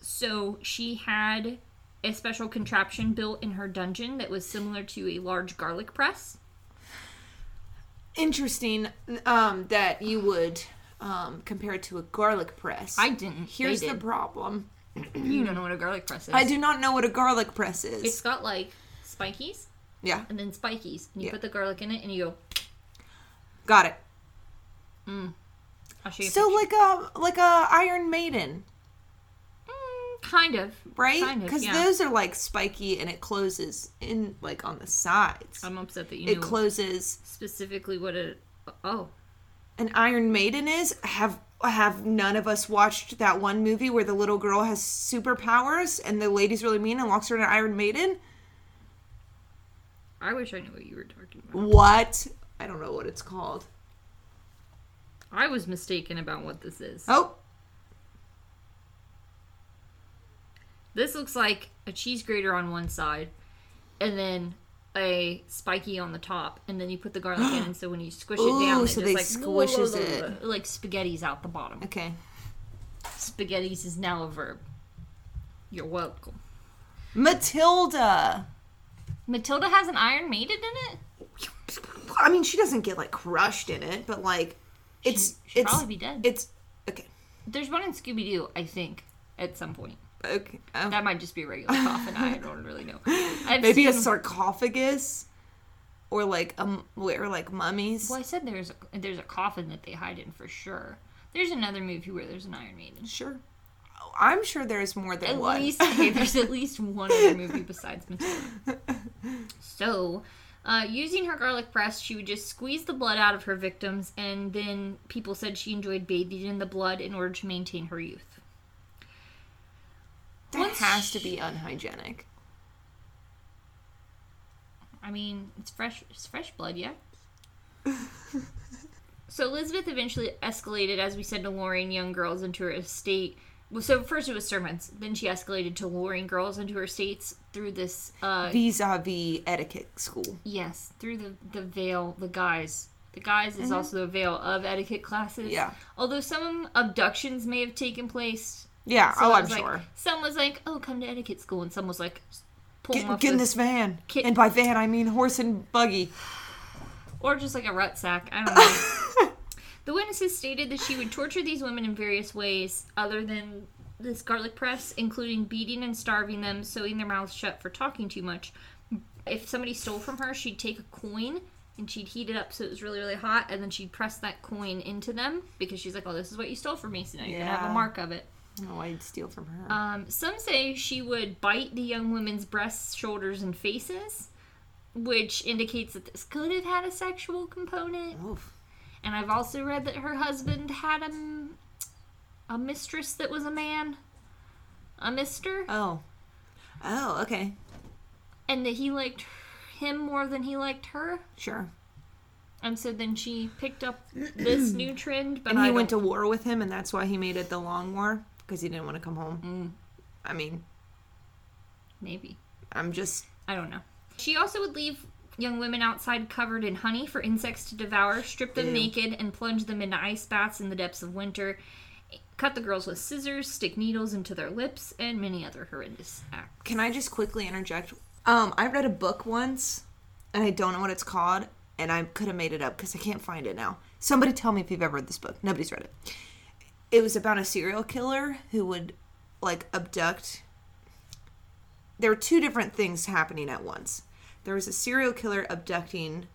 S1: So she had a special contraption built in her dungeon that was similar to a large garlic press.
S2: Interesting um, that you would um, compare it to a garlic press.
S1: I didn't. They
S2: Here's the
S1: did.
S2: problem.
S1: You don't know what a garlic press is.
S2: I do not know what a garlic press is.
S1: It's got like spikies
S2: yeah.
S1: and then spikies, and you
S2: Yeah.
S1: put the garlic in it, and you go.
S2: Got it.
S1: I'll show you. a
S2: So like a like a Iron Maiden,
S1: pic- Mm, kind of,
S2: right?
S1: Kind of,
S2: Because
S1: yeah.
S2: those are like spiky and it closes in like on the sides.
S1: I'm upset that you
S2: It
S1: know
S2: closes.
S1: specifically what a. Oh,
S2: An Iron Maiden is have have none of us watched that one movie where the little girl has superpowers and the lady's really mean and locks her in an Iron Maiden?
S1: I wish I knew what you were talking about.
S2: What? I don't know what it's called.
S1: I was mistaken about what this is.
S2: Oh,
S1: This looks like a cheese grater on one side, and then a spiky on the top, and then you put the garlic in, and so when you squish it down,
S2: Ooh,
S1: it
S2: so
S1: just
S2: they
S1: like
S2: squishes
S1: it like spaghetti's out the bottom.
S2: okay.
S1: Spaghetti's is now a verb. You're welcome.
S2: Matilda.
S1: Matilda has an Iron Maiden in it.
S2: I mean, she doesn't get like crushed in it, but like, it's
S1: She'd
S2: it's
S1: probably be dead.
S2: it's okay.
S1: There's one in Scooby Doo, I think, at some point.
S2: Okay. Um,
S1: That might just be a regular coffin. I don't really know. I've
S2: maybe a
S1: seen-
S2: sarcophagus, or like um, or like mummies.
S1: Well, I said there's a, there's a coffin that they hide in for sure. There's another movie where there's an Iron Maiden.
S2: Sure. I'm sure there's more than
S1: At
S2: one.
S1: least hey, there's at least one other movie besides Matilda. So, uh, using her garlic press, she would just squeeze the blood out of her victims, and then people said she enjoyed bathing in the blood in order to maintain her youth.
S2: that
S1: once
S2: has to be unhygienic.
S1: I mean, it's fresh. It's fresh blood, yeah. so Elizabeth eventually escalated, as we said, to luring young girls into her estate. Well, so first it was sermons, then she escalated to luring girls into her states through this. Uh,
S2: Vis-a-vis etiquette school.
S1: yes, through the the veil, the guise. The guise is also the veil of etiquette classes.
S2: Mm-hmm. Yeah.
S1: Although some abductions may have taken place.
S2: Yeah.
S1: So
S2: oh,
S1: it
S2: I'm
S1: was like-
S2: sure.
S1: Some was like, "Oh, come to etiquette school," and some was like, "Pull them
S2: Get,
S1: off
S2: get in
S1: the-
S2: this van,
S1: Kit-
S2: and by van I mean horse and buggy.
S1: or just like a rut sack. I don't know. the witnesses stated that she would torture these women in various ways other than this garlic press, including beating and starving them, sewing their mouths shut for talking too much. If somebody stole from her, she'd take a coin and she'd heat it up so it was really, really hot, and then she'd press that coin into them because she's like, "Oh, this is what you stole from me, so now you're gonna have a
S2: Yeah.
S1: mark of it."
S2: No, Oh, I'd steal from her.
S1: Um, some say she would bite the young women's breasts, shoulders, and faces, which indicates that this could have had a sexual component.
S2: Oof.
S1: And I've also read that her husband had a, m- a mistress that was a man, a mister,
S2: Oh. Oh, okay.
S1: and that he liked him more than he liked her.
S2: Sure.
S1: And so then she picked up this new trend, but
S2: And
S1: I
S2: he went
S1: don't-
S2: to war with him, and that's why he made it the long war because he didn't want to come home.
S1: Mm.
S2: I mean,
S1: maybe
S2: I'm just
S1: I don't know. She also would leave young women outside covered in honey for insects to devour, strip them naked, and plunge them into ice baths in the depths of winter. Cut the girls with scissors, stick needles into their lips, and many other horrendous acts.
S2: Can I just quickly interject? Um, I read a book once, and I don't know what it's called, and I could have made it up because I can't find it now. Somebody tell me if you've ever read this book. Nobody's read it. It was about a serial killer who would like abduct. There were two different things happening at once. There was a serial killer abducting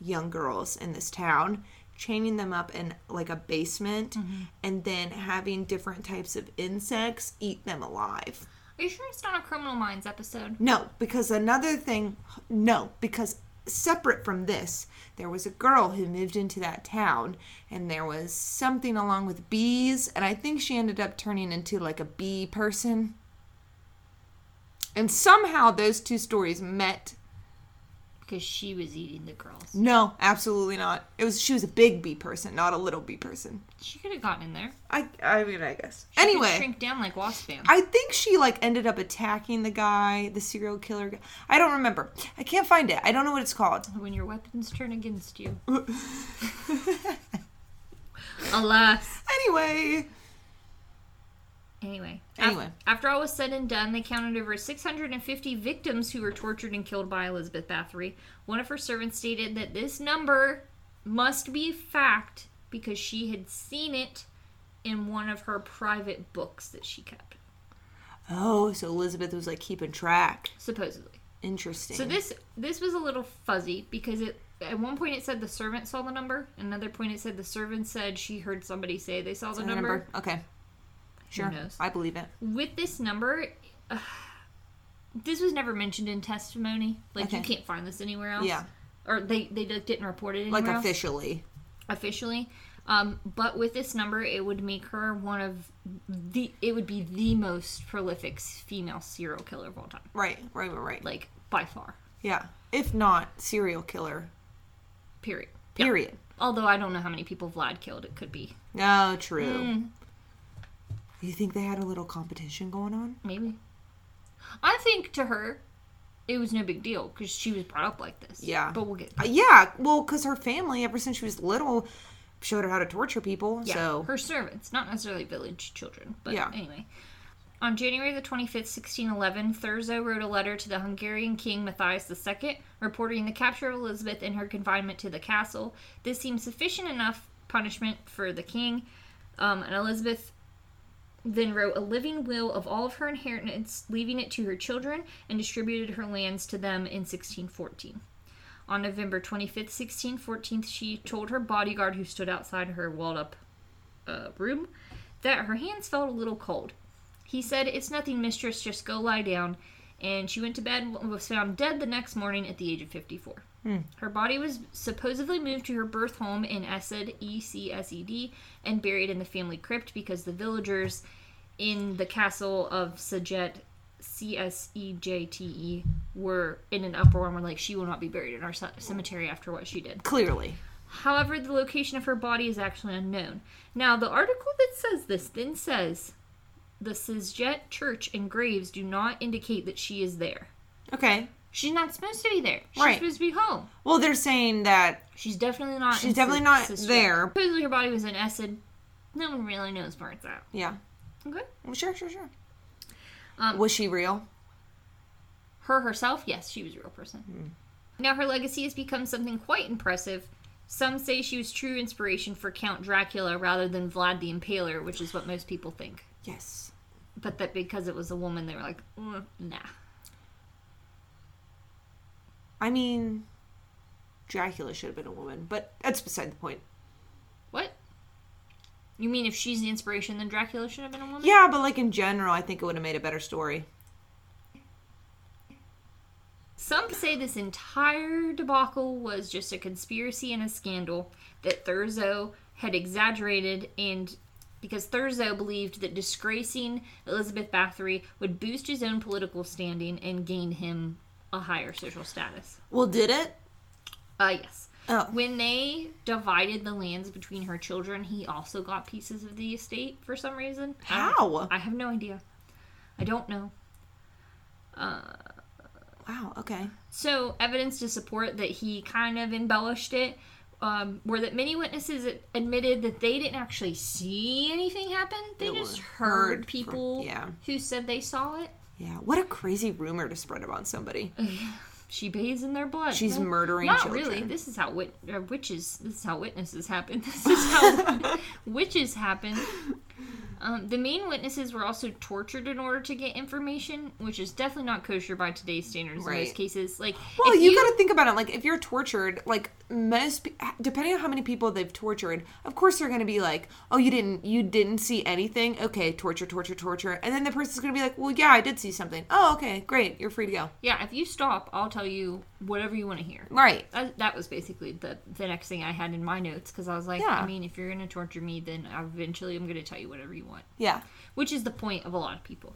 S2: young girls in this town, chaining them up in like a basement, and then having different types of insects eat them alive.
S1: Are you sure it's not a Criminal Minds episode?
S2: No, because another thing, no, because separate from this, there was a girl who moved into that town and there was something along with bees, and I think she ended up turning into like a bee person. And somehow those two stories met.
S1: Because she was eating the girls.
S2: No, absolutely not. It was she was a big bee person, not a little bee person.
S1: She could have gotten in there.
S2: I I mean, I guess.
S1: She could
S2: anyway,
S1: shrink down like wasp band.
S2: I think she like ended up attacking the guy, the serial killer guy. I don't remember. I can't find it. I don't know what it's called.
S1: When your weapons turn against you. Alas.
S2: Anyway,
S1: Anyway.
S2: Anyway.
S1: Af- after all was said and done, they counted over 650 victims who were tortured and killed by Elizabeth Bathory. One of her servants stated that this number must be fact because she had seen it in one of her private books that she kept,
S2: Oh, so Elizabeth was like keeping track.
S1: supposedly.
S2: Interesting.
S1: So this this was a little fuzzy because it at one point it said the servant saw the number. Another point it said the servant said she heard somebody say they saw the
S2: I remember.
S1: number.
S2: Okay. Sure.
S1: knows?
S2: I believe it.
S1: with this number uh, this was never mentioned in testimony like you
S2: Okay.
S1: can't find this anywhere else
S2: Yeah.
S1: or they they d- didn't report it anywhere
S2: Like
S1: else
S2: officially.
S1: officially Um, but with this number, it would make her one of the. It would be the most prolific female serial killer of all time,
S2: Right, right, right, right.
S1: like by far.
S2: yeah. If not serial killer,
S1: Period. Yeah.
S2: period.
S1: Although I don't know how many people Vlad killed, it could be
S2: No, true.
S1: Hmm.
S2: You think they had a little competition going on?
S1: maybe. I think to her, it was no big deal because she was brought up like this.
S2: Yeah.
S1: but we'll get
S2: Uh, yeah, well, because her family, ever since she was little, showed her how to torture people.
S1: Yeah,
S2: so
S1: her servants, not necessarily village children. But
S2: Yeah.
S1: anyway. On January the 25th, 1611, Thurzo wrote a letter to the Hungarian king Matthias II, reporting the capture of Elizabeth and her confinement to the castle. This seemed sufficient enough punishment for the king, um, and Elizabeth then wrote a living will of all of her inheritance, leaving it to her children, and distributed her lands to them in 1614. On November 25th, 1614, she told her bodyguard who stood outside her walled up uh, room that her hands felt a little cold. He said, It's nothing, mistress, just go lie down. And she went to bed and was found dead the next morning at the age of 54. Her body was supposedly moved to her birth home in Essed, E C S E D, and buried in the family crypt because the villagers in the castle of Sejet, C S E J T E, were in an uproar and were like, She will not be buried in our ce- cemetery after what she did.
S2: clearly,
S1: However, the location of her body is actually unknown. Now, the article that says this then says the Sizjet church and graves do not indicate that she is there.
S2: okay.
S1: She's not supposed to be there. She's
S2: Right.
S1: supposed to be home.
S2: Well, they're saying that
S1: She's definitely not.
S2: She's
S1: in
S2: definitely
S1: Siz-
S2: not
S1: Sizjet.
S2: there.
S1: Supposedly her body was in Essen. No one really knows where it's at.
S2: yeah,
S1: Okay.
S2: Well, sure, sure, sure.
S1: Um,
S2: was she real?
S1: Her herself, yes, she was a real person.
S2: Hmm.
S1: Now, her legacy has become something quite impressive. Some say she was true inspiration for Count Dracula rather than Vlad the Impaler, which is what most people think.
S2: Yes.
S1: but that because it was a woman, they were like, "Mm, nah.
S2: I mean, Dracula should have been a woman, but that's beside the point.
S1: What? You mean if she's the inspiration, then Dracula should have been a woman?
S2: Yeah, but like in general, I think it would have made a better story.
S1: Some say this entire debacle was just a conspiracy and a scandal that Thurzo had exaggerated, and because Thurzo believed that disgracing Elizabeth Bathory would boost his own political standing and gain him a higher social status.
S2: Well, did it?
S1: Uh, yes.
S2: Oh.
S1: When they divided the lands between her children, he also got pieces of the estate for some reason. I-
S2: How?
S1: I have no idea. I don't know.
S2: Wow. Okay.
S1: So, evidence to support that he kind of embellished it um, were that many witnesses ad- admitted that they didn't actually see anything happen. They
S2: They
S1: just
S2: were
S1: heard,
S2: heard from-
S1: people
S2: yeah.
S1: who said they saw it.
S2: Yeah. What a crazy rumor to spread about somebody.
S1: She bathes in their blood.
S2: She's
S1: Well,
S2: murdering
S1: Not
S2: children.
S1: really. This is how wit- uh, witches. This is how witnesses happen. This is how witches happen. Um, the main witnesses were also tortured in order to get information, which is definitely not kosher by today's standards in
S2: Right.
S1: most cases. Like,
S2: Well,
S1: if
S2: you, got to think about it. Like, if you're tortured, like most, pe- depending on how many people they've tortured, of course they're going to be like, "Oh, you didn't, you didn't see anything." Okay, torture, torture, torture, and then the person's going to be like, "Well, yeah, I did see something." Oh, okay, great, you're free to go.
S1: yeah, if you stop, I'll tell you whatever you want to hear. Uh,
S2: Right.
S1: That, that was basically the the next thing I had in my notes because I was like,
S2: Yeah.
S1: I mean, if you're gonna torture me, then eventually I'm gonna tell you whatever you want.
S2: Yeah.
S1: which is the point of a lot of people.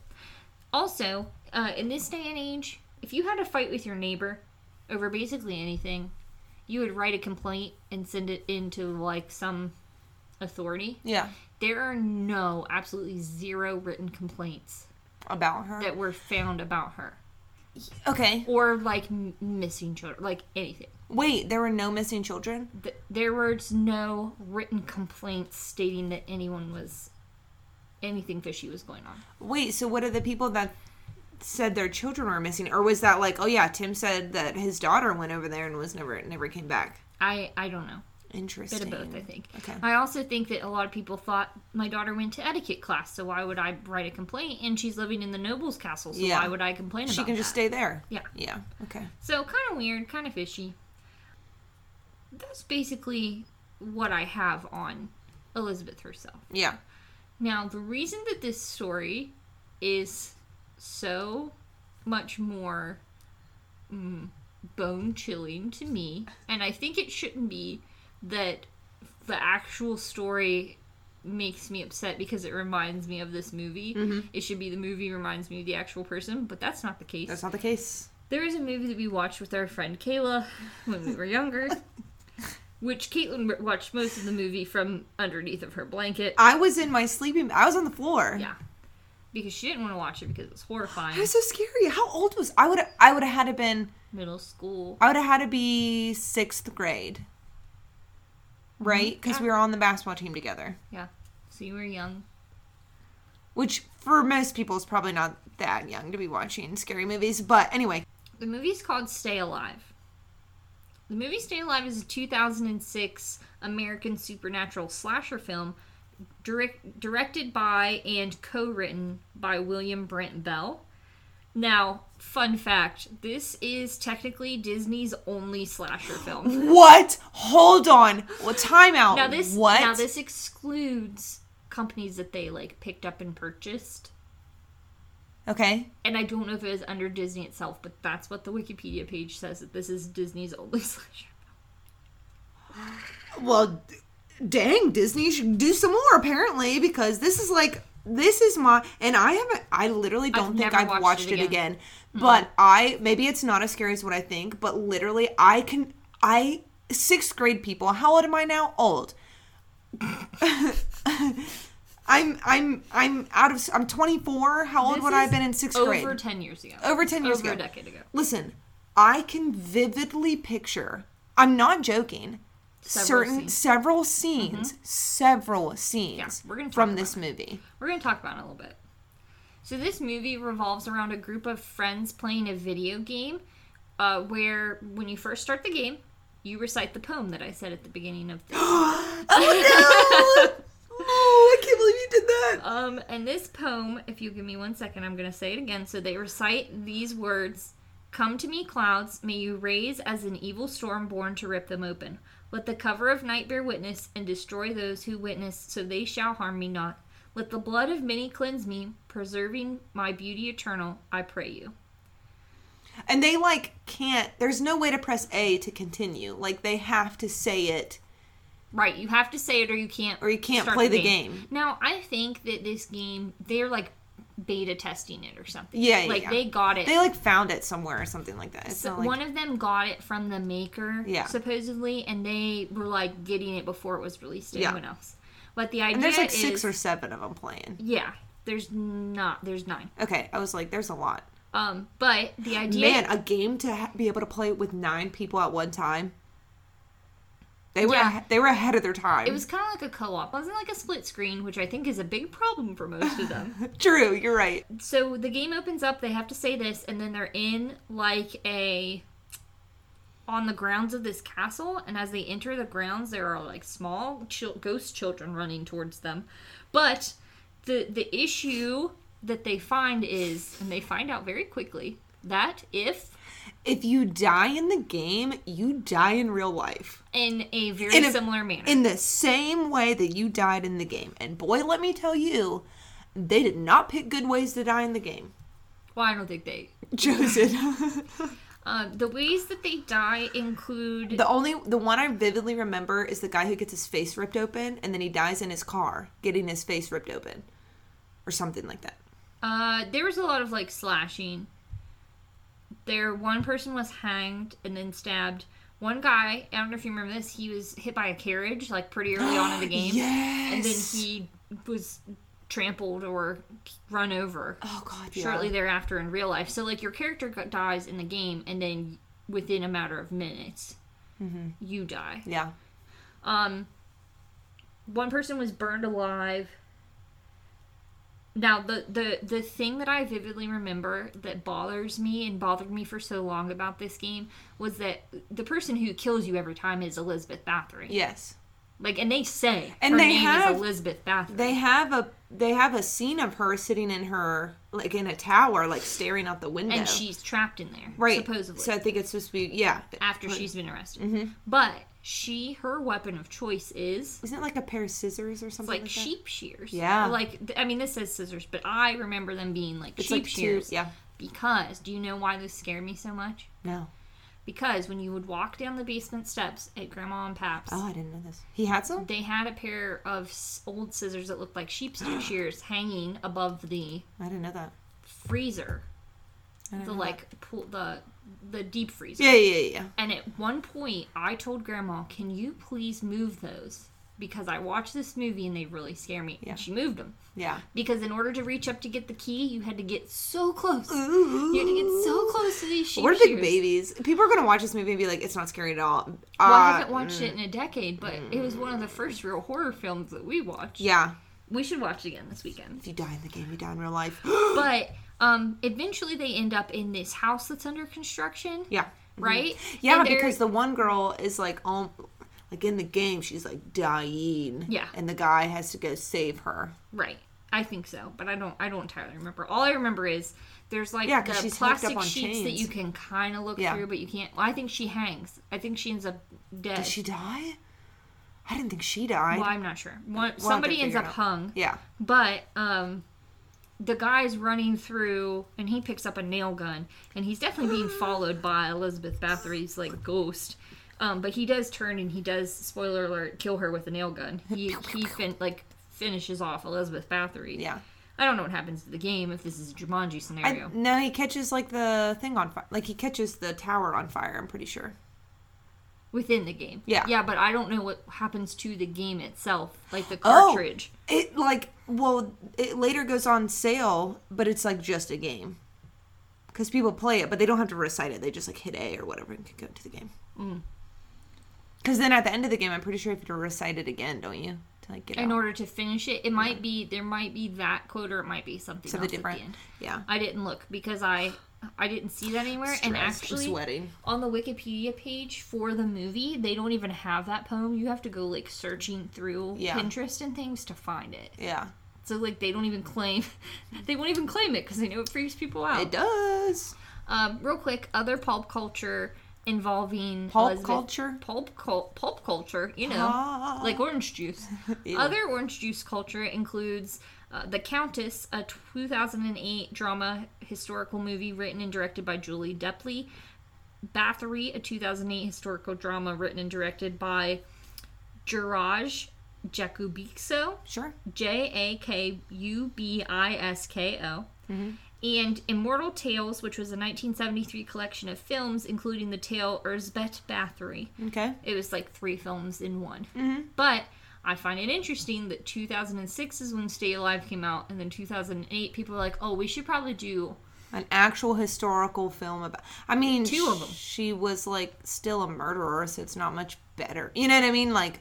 S1: Also, uh, in this day and age, if you had a fight with your neighbor over basically anything, you would write a complaint and send it into like some authority.
S2: Yeah.
S1: There are no, absolutely zero written complaints
S2: About her.
S1: that were found about her
S2: Okay.
S1: or like m- missing children, like anything.
S2: Wait, there were no missing children.
S1: Th- there was no written complaints stating that anyone was anything fishy was going on.
S2: Wait, so what are the people that said their children were missing, or was that like, "Oh yeah, Tim said that his daughter went over there and was never, never came back."
S1: I I don't know. bit
S2: Interesting.
S1: of both, I think.
S2: Okay.
S1: I also think that a lot of people thought my daughter went to etiquette class, so why would I write a complaint? And she's living in the noble's castle, so
S2: Yeah.
S1: why would I complain
S2: She
S1: about
S2: can just
S1: that?
S2: stay there.
S1: Yeah.
S2: Yeah. Okay.
S1: So kind of weird, kind of fishy. That's basically what I have on Elizabeth herself.
S2: Yeah.
S1: Now, the reason that this story is so much more mm, bone chilling to me, and I think it shouldn't be that the actual story makes me upset because it reminds me of this movie.
S2: Mm-hmm.
S1: It should be the movie reminds me of the actual person, but that's not the case.
S2: That's not the case.
S1: There is a movie that we watched with our friend Kayla when we were younger, which Caitlin re- watched most of the movie from underneath of her blanket.
S2: I was in my sleeping. I was on the floor.
S1: Yeah, because she didn't want to watch it because it was horrifying.
S2: It was so scary. How old was I? Would I would have had to been.
S1: Middle school.
S2: I would have had to be sixth grade, right?
S1: Mm-hmm.
S2: Because we were on the basketball team together,
S1: Yeah, so you were young.
S2: which for most people is probably not that young to be watching scary movies. But anyway,
S1: The movie's called Stay Alive. The movie Stay Alive is a 2006 American supernatural slasher film direct, directed by and co written by William Brent Bell. Now, fun fact this is technically Disney's only slasher film.
S2: what? Hold on. Well, time out.
S1: Now this
S2: what?
S1: now this excludes companies that they like picked up and purchased.
S2: okay.
S1: And I don't know if it is under Disney itself, but that's what the Wikipedia page says that this is Disney's only slasher.
S2: Well, d- dang, Disney should do some more apparently because this is like this is my and I haven't I literally don't think
S1: never
S2: I've watched,
S1: watched it
S2: it again. But I maybe it's not as scary as what I think, but literally I can I sixth grade people, how old am I now? Old. I'm I'm I'm out of s- I'm 24. How old
S1: This
S2: would I have
S1: is
S2: been in sixth grade?
S1: Over ten years ago.
S2: over 10 years
S1: Over
S2: ago.
S1: a decade ago.
S2: Listen, I can vividly picture, I'm not joking,
S1: Several scenes. Mm-hmm.
S2: certain several scenes, several scenes
S1: we're gonna
S2: from
S1: talk
S2: this movie.
S1: We're gonna talk about it in a little bit. So this movie revolves around a group of friends playing a video game, uh, where when you first start the game, you recite the poem that I said at the beginning of the
S2: Oh, no! oh, I can't believe you did that.
S1: Um, and this poem, if you give me one second, I'm gonna say it again. So they recite these words Come to me, clouds, may you raise as an evil storm born to rip them open. Let the cover of night bear witness and destroy those who witness, so they shall harm me not. Let the blood of many cleanse me, preserving my beauty eternal, I pray you.
S2: And they like can't, there's no way to press A to continue. Like they have to say it
S1: Right, you have to say it or you can't
S2: or you can't
S1: start
S2: play the game.
S1: Now, I think that this game, they're like beta testing it or something.
S2: Yeah, yeah,
S1: Like
S2: yeah.
S1: they got it.
S2: They like found it somewhere or something like that. It's
S1: So
S2: not like,
S1: one of them got it from the maker,
S2: Yeah.
S1: supposedly, and they were like getting it before it was released to
S2: Yeah.
S1: anyone else. But the idea
S2: and there's like
S1: is,
S2: six or seven of them playing.
S1: yeah, there's not, there's nine.
S2: Okay, I was like, there's a lot.
S1: Um, but the idea,
S2: Man, a game to ha- be able to play with nine people at one time. They were
S1: Yeah.
S2: ahe- they were ahead of their time.
S1: it was kind of like a co-op, It wasn't like a split screen, which I think is a big problem for most of them.
S2: true. You're right.
S1: so the game opens up they have to say this and then they're in like a on the grounds of this castle and as they enter the grounds there are like small chil- ghost children running towards them but the the issue that they find is and they find out very quickly that if
S2: If you die in the game, you die in real life
S1: in a very
S2: In a-
S1: similar manner
S2: in the same way that you died in the game. And boy, let me tell you, they did not pick good ways to die in the game.
S1: well i don't think they
S2: Chosen.
S1: um, the ways that they die include
S2: the only the one I vividly remember is the guy who gets his face ripped open and then he dies in his car getting his face ripped open, or something like that.
S1: Uh, there was a lot of like slashing. There, one person was hanged and then stabbed. One guy, I don't know if you remember this, he was hit by a carriage like pretty early on in the game,
S2: Yes.
S1: and then he was trampled or run over
S2: Oh god, yeah.
S1: shortly thereafter in real life. So like your character got- dies in the game, and then within a matter of minutes,
S2: Mm-hmm.
S1: you die.
S2: Yeah.
S1: Um, one person was burned alive. Now the the the thing that I vividly remember that bothers me and bothered me for so long about this game was that the person who kills you every time is Elizabeth Bathory.
S2: Yes.
S1: Like, and they say
S2: And
S1: her
S2: they
S1: name
S2: have-
S1: is Elizabeth Bathory.
S2: They have a they have a scene of her sitting in her like in a tower, like staring out the window.
S1: and she's trapped in there,
S2: right.
S1: Supposedly,
S2: So Mm-hmm. I think it's supposed to be yeah.
S1: after
S2: But-
S1: she's been arrested. But she, her weapon of choice is
S2: Isn't it like a pair of scissors or
S1: It's
S2: something?
S1: like
S2: Like, that?
S1: sheep shears.
S2: Yeah.
S1: Or like th- I mean, this says scissors, but I remember them being like
S2: It's
S1: sheep
S2: like two-
S1: shears.
S2: yeah.
S1: Because do you know why those scare me so much?
S2: No.
S1: because when you would walk down the basement steps at Grandma and Pap's,
S2: Oh, I didn't know this. He had some?
S1: they had a pair of s- old scissors that looked like sheep's shears hanging above the
S2: I didn't know that.
S1: freezer,
S2: I didn't
S1: the
S2: know
S1: like pool, the the deep freezer.
S2: that. Yeah, yeah, yeah.
S1: And at one point, I told Grandma, "Can you please move those?" Because I watched this movie and they really scare me.
S2: Yeah.
S1: And she moved them
S2: Yeah.
S1: because in order to reach up to get the key, you had to get so close.
S2: Ooh.
S1: You had to get so close to these sheep
S2: We're big
S1: shears.
S2: babies. People are gonna watch this movie and be like, "It's not scary at all."
S1: Well, I
S2: Uh,
S1: haven't watched it in a decade, but it was one of the first real horror films that we watched.
S2: Yeah,
S1: We should watch it again this weekend.
S2: if you die in the game, you die in real life.
S1: But um, eventually they end up in this house that's under construction,
S2: yeah, Mm-hmm.
S1: right?
S2: yeah,
S1: And they're-
S2: because the one girl is like, um, like in the game, she's like dying.
S1: Yeah.
S2: and the guy has to go save her.
S1: right, I think so, but I don't. I don't entirely remember. All I remember is there's like
S2: Yeah, 'cause
S1: the
S2: she's hooked up
S1: plastic
S2: on
S1: sheets that
S2: chains.
S1: you can kind of look
S2: Yeah.
S1: through, but you can't. Well, I think she hangs. I think she ends up dead.
S2: Did she die? I didn't think she died.
S1: well, I'm not sure. One,
S2: We'll have to
S1: somebody ends
S2: figure
S1: up
S2: it out.
S1: hung.
S2: Yeah,
S1: But um the guy's running through and he picks up a nail gun and he's definitely being followed by Elizabeth Bathory's like ghost. Um but he does turn and he does spoiler alert kill her with a nail gun. He he fin- like finishes off Elizabeth Bathory.
S2: yeah.
S1: I don't know what happens to the game if this is a Jumanji
S2: I,
S1: scenario.
S2: no, he catches like the thing on fire. Like he catches the tower on fire. I'm pretty sure.
S1: Within the game.
S2: Yeah.
S1: Yeah, but I don't know what happens to the game itself, like the
S2: Oh.
S1: cartridge.
S2: It like well, it later goes on sale, but it's like just a game because people play it, but they don't have to recite it. They just like hit A or whatever and can go into the game.
S1: Mm.
S2: Because then at the end of the game, I'm pretty sure you have to recite it again, don't you? To like get
S1: In
S2: out.
S1: order to finish it, it might be there might be that quote or it might be something,
S2: something
S1: else at
S2: different.
S1: the end.
S2: Yeah,
S1: I didn't look because I I didn't see that anywhere. and
S2: Stress. I'm
S1: actually,
S2: sweating.
S1: on the Wikipedia page for the movie, they don't even have that poem. You have to go like searching through
S2: Yeah.
S1: Pinterest and things to find it.
S2: Yeah,
S1: So like they don't even claim they won't even claim it because they know it freaks people out.
S2: it does.
S1: Um, real quick, other pulp culture involving
S2: Pulp culture?
S1: pulp cul- pulp culture. You know, Oh.
S2: Pulp.
S1: like orange juice.
S2: Ew.
S1: Other orange juice culture includes uh, The Countess, a 2008 drama historical movie written and directed by Julie Depley. Bathory, a 2008 historical drama written and directed by Jiraj Jakubikso.
S2: Sure.
S1: J A K U B I S K O. And Immortal Tales, which was a 1973 collection of films, including the tale Erzbet Bathory.
S2: Okay.
S1: It was like three films in one.
S2: Mm-hmm.
S1: But I find it interesting that 2006 is when Stay Alive came out, and then 2008, people were like, oh, we should probably do.
S2: An actual historical film about. I mean,
S1: Two of 'em.
S2: She was like still a murderer, so it's not much better. You know what I mean? Like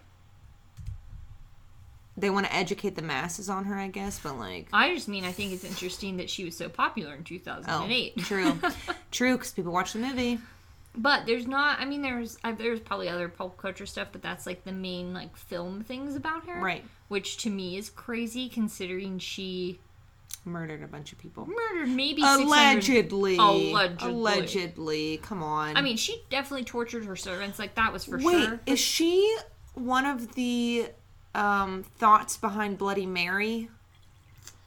S2: they want to educate the masses on her, I guess. But like,
S1: I just mean, I think it's interesting that she was so popular in
S2: oh,
S1: 2008.
S2: true, true, because people watch the movie.
S1: But there's not. I mean, there's uh, there's probably other pulp culture stuff, but that's like the main like film things about her,
S2: Right.
S1: Which to me is crazy, considering she
S2: Murdered a bunch of people.
S1: murdered maybe 600
S2: Allegedly.
S1: Allegedly.
S2: Allegedly. Come on.
S1: I mean, she definitely tortured her servants. Like that was for
S2: wait,
S1: sure.
S2: is she one of the um, thoughts behind Bloody Mary?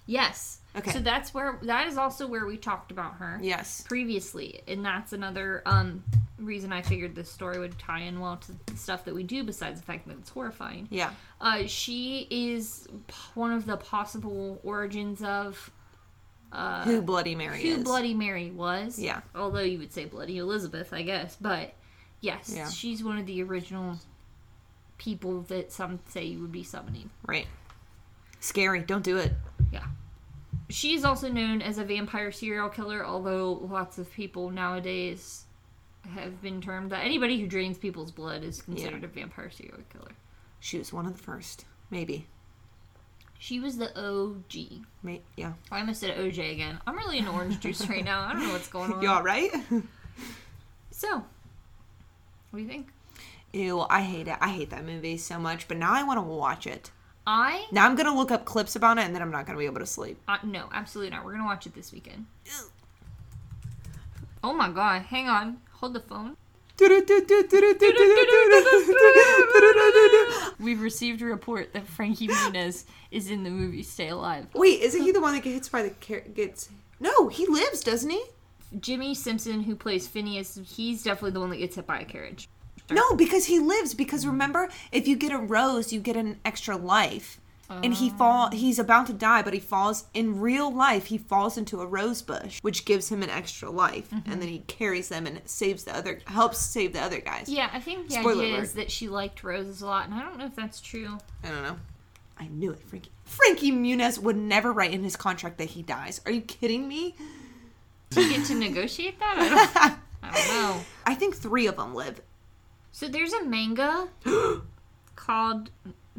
S1: Yes.
S2: Okay.
S1: So that's where that is also where we talked about her
S2: Yes.
S1: previously, and that's another um reason I figured this story would tie in well to the stuff that we do. Besides the fact that it's horrifying.
S2: Yeah.
S1: Uh, she is p- one of the possible origins of uh,
S2: Who Bloody Mary
S1: who
S2: is?
S1: Bloody Mary was.
S2: Yeah.
S1: Although you would say Bloody Elizabeth, I guess. But yes,
S2: Yeah.
S1: she's one of the original people that some say you would be summoning.
S2: Right. Scary. Don't do it.
S1: Yeah. She is also known as a vampire serial killer, although lots of people nowadays have been termed that. Anybody who drains people's blood is considered a vampire serial killer.
S2: She was one of the first. Maybe.
S1: She was the OG.
S2: May- yeah.
S1: I almost said OJ again. I'm really in orange juice right now. I don't know what's going on.
S2: You all right?
S1: So, what do you think?
S2: Ew, I hate it. I hate that movie so much, but now I want to watch it.
S1: I
S2: Now I'm going to look up clips about it and then I'm not going to be able to sleep.
S1: Uh, no, absolutely not. We're gonna watch it this weekend. Oh my god! Hang on, hold the phone. We've received a report that Frankie Muniz is in the movie Stay Alive.
S2: Wait, isn't he the one that gets hit by the car- gets? No, he lives, doesn't he?
S1: Jimmy Simpson, who plays Phineas, he's definitely the one that gets hit by a carriage.
S2: No, because he lives. Because remember, if you get a rose, you get an extra life. And he fall.
S1: Oh.
S2: He's about to die, but he falls in real life. He falls into a rose bush, which gives him an extra life,
S1: Mm-hmm.
S2: and then he carries them and saves the other, helps save the other guys.
S1: Yeah, I think the
S2: Spoiler
S1: idea
S2: alert.
S1: is that she liked roses a lot, and I don't know if that's true.
S2: I don't know. I knew it, Frankie. Frankie Muniz would never write in his contract that he dies. Are you kidding me?
S1: Do you get to negotiate that? I don't, I don't know.
S2: I think three of them live.
S1: So there's a manga called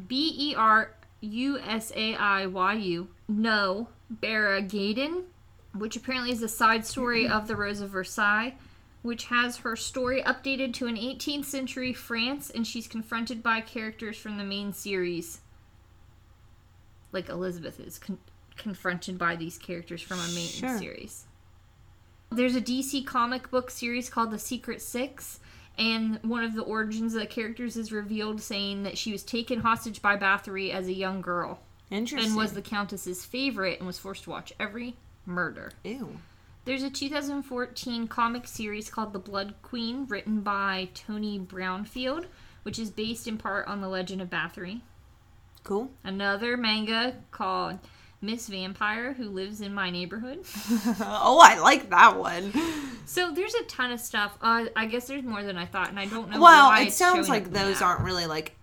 S1: B E R U S A I Y U. No, Bera Gaiden, which apparently is a side story of the Rose of Versailles, which has her story updated to an 18th century France, and she's confronted by characters from the main series. Like Elizabeth is con- confronted by these characters from a main
S2: Sure.
S1: series. There's a DC comic book series called The Secret Six, and one of the origins of the characters is revealed saying that she was taken hostage by Bathory as a young girl
S2: Interesting.
S1: and was the Countess's favorite and was forced to watch every murder.
S2: ew?
S1: There's a 2014 comic series called The Blood Queen, written by Tony Brownfield, which is based in part on the legend of Bathory.
S2: Cool.
S1: Another manga called Miss Vampire, who lives in my neighborhood.
S2: oh, I like that one.
S1: So there's a ton of stuff. Uh, I guess there's more than I thought, and I don't know.
S2: Well,
S1: why
S2: it
S1: it's
S2: sounds
S1: showing up
S2: like
S1: in
S2: those
S1: that.
S2: aren't really like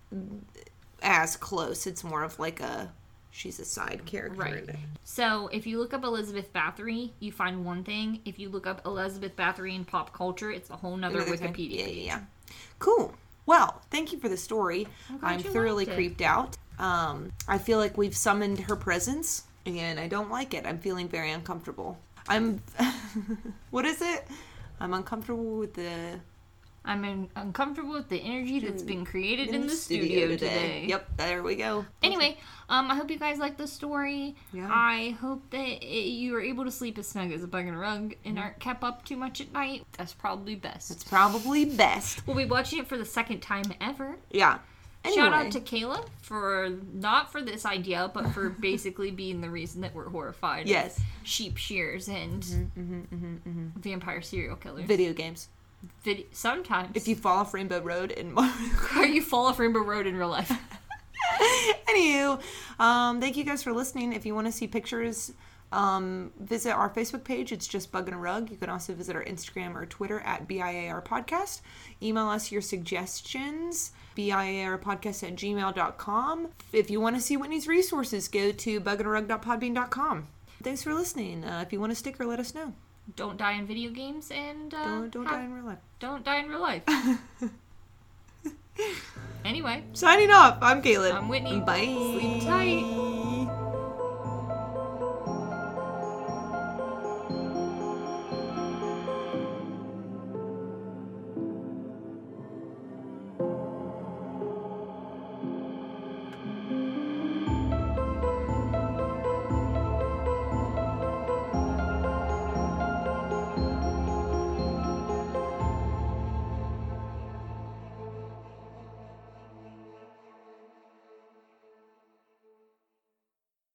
S2: as close. It's more of like a she's a side character.
S1: Right.
S2: in it.
S1: So if you look up Elizabeth Bathory, you find one thing. If you look up Elizabeth Bathory in pop culture, it's a whole nother
S2: Another thing.
S1: Wikipedia.
S2: Yeah, yeah, yeah. Cool. Well, thank you for the story.
S1: glad
S2: I'm
S1: you
S2: thoroughly
S1: liked it.
S2: creeped out. Um, I feel like we've summoned her presence, and I don't like it. I'm feeling very uncomfortable. I'm. what is it? I'm uncomfortable with the
S1: I'm in, uncomfortable with the energy
S2: Hmm.
S1: that's been created in, the studio, today.
S2: Yep, there we go.
S1: Anyway, um, I hope you guys like the story.
S2: Yeah.
S1: I hope that it, you were able to sleep as snug as a bug in a rug and aren't kept up too much at night. That's probably best.
S2: It's probably best.
S1: we'll be watching it for the second time ever.
S2: Yeah. Anyway,
S1: Shout out to Kayla for not for this idea, but for basically being the reason that we're horrified. of
S2: Yes.
S1: sheep shears and mm-hmm, vampire serial killers.
S2: video games.
S1: Vid- sometimes,
S2: If you fall off Rainbow Road in Mario
S1: are you fall off Rainbow Road in real life?
S2: Anywho, um, thank you guys for listening. If you want to see pictures, um, visit our Facebook page. It's just Bug and a Rug. You can also visit our Instagram or Twitter at BIAR Podcast. Email us your suggestions, BIARpodcast at gmail.com. If you want to see Whitney's resources, go to bugandarug.podbean.com. Thanks for listening. Uh, if you want a sticker, let us know.
S1: don't die in video games and uh,
S2: Don't, don't
S1: have-
S2: die in real life.
S1: don't die in real life. anyway,
S2: Signing off. I'm Caitlin.
S1: I'm Whitney.
S2: Bye.
S1: sleep tight.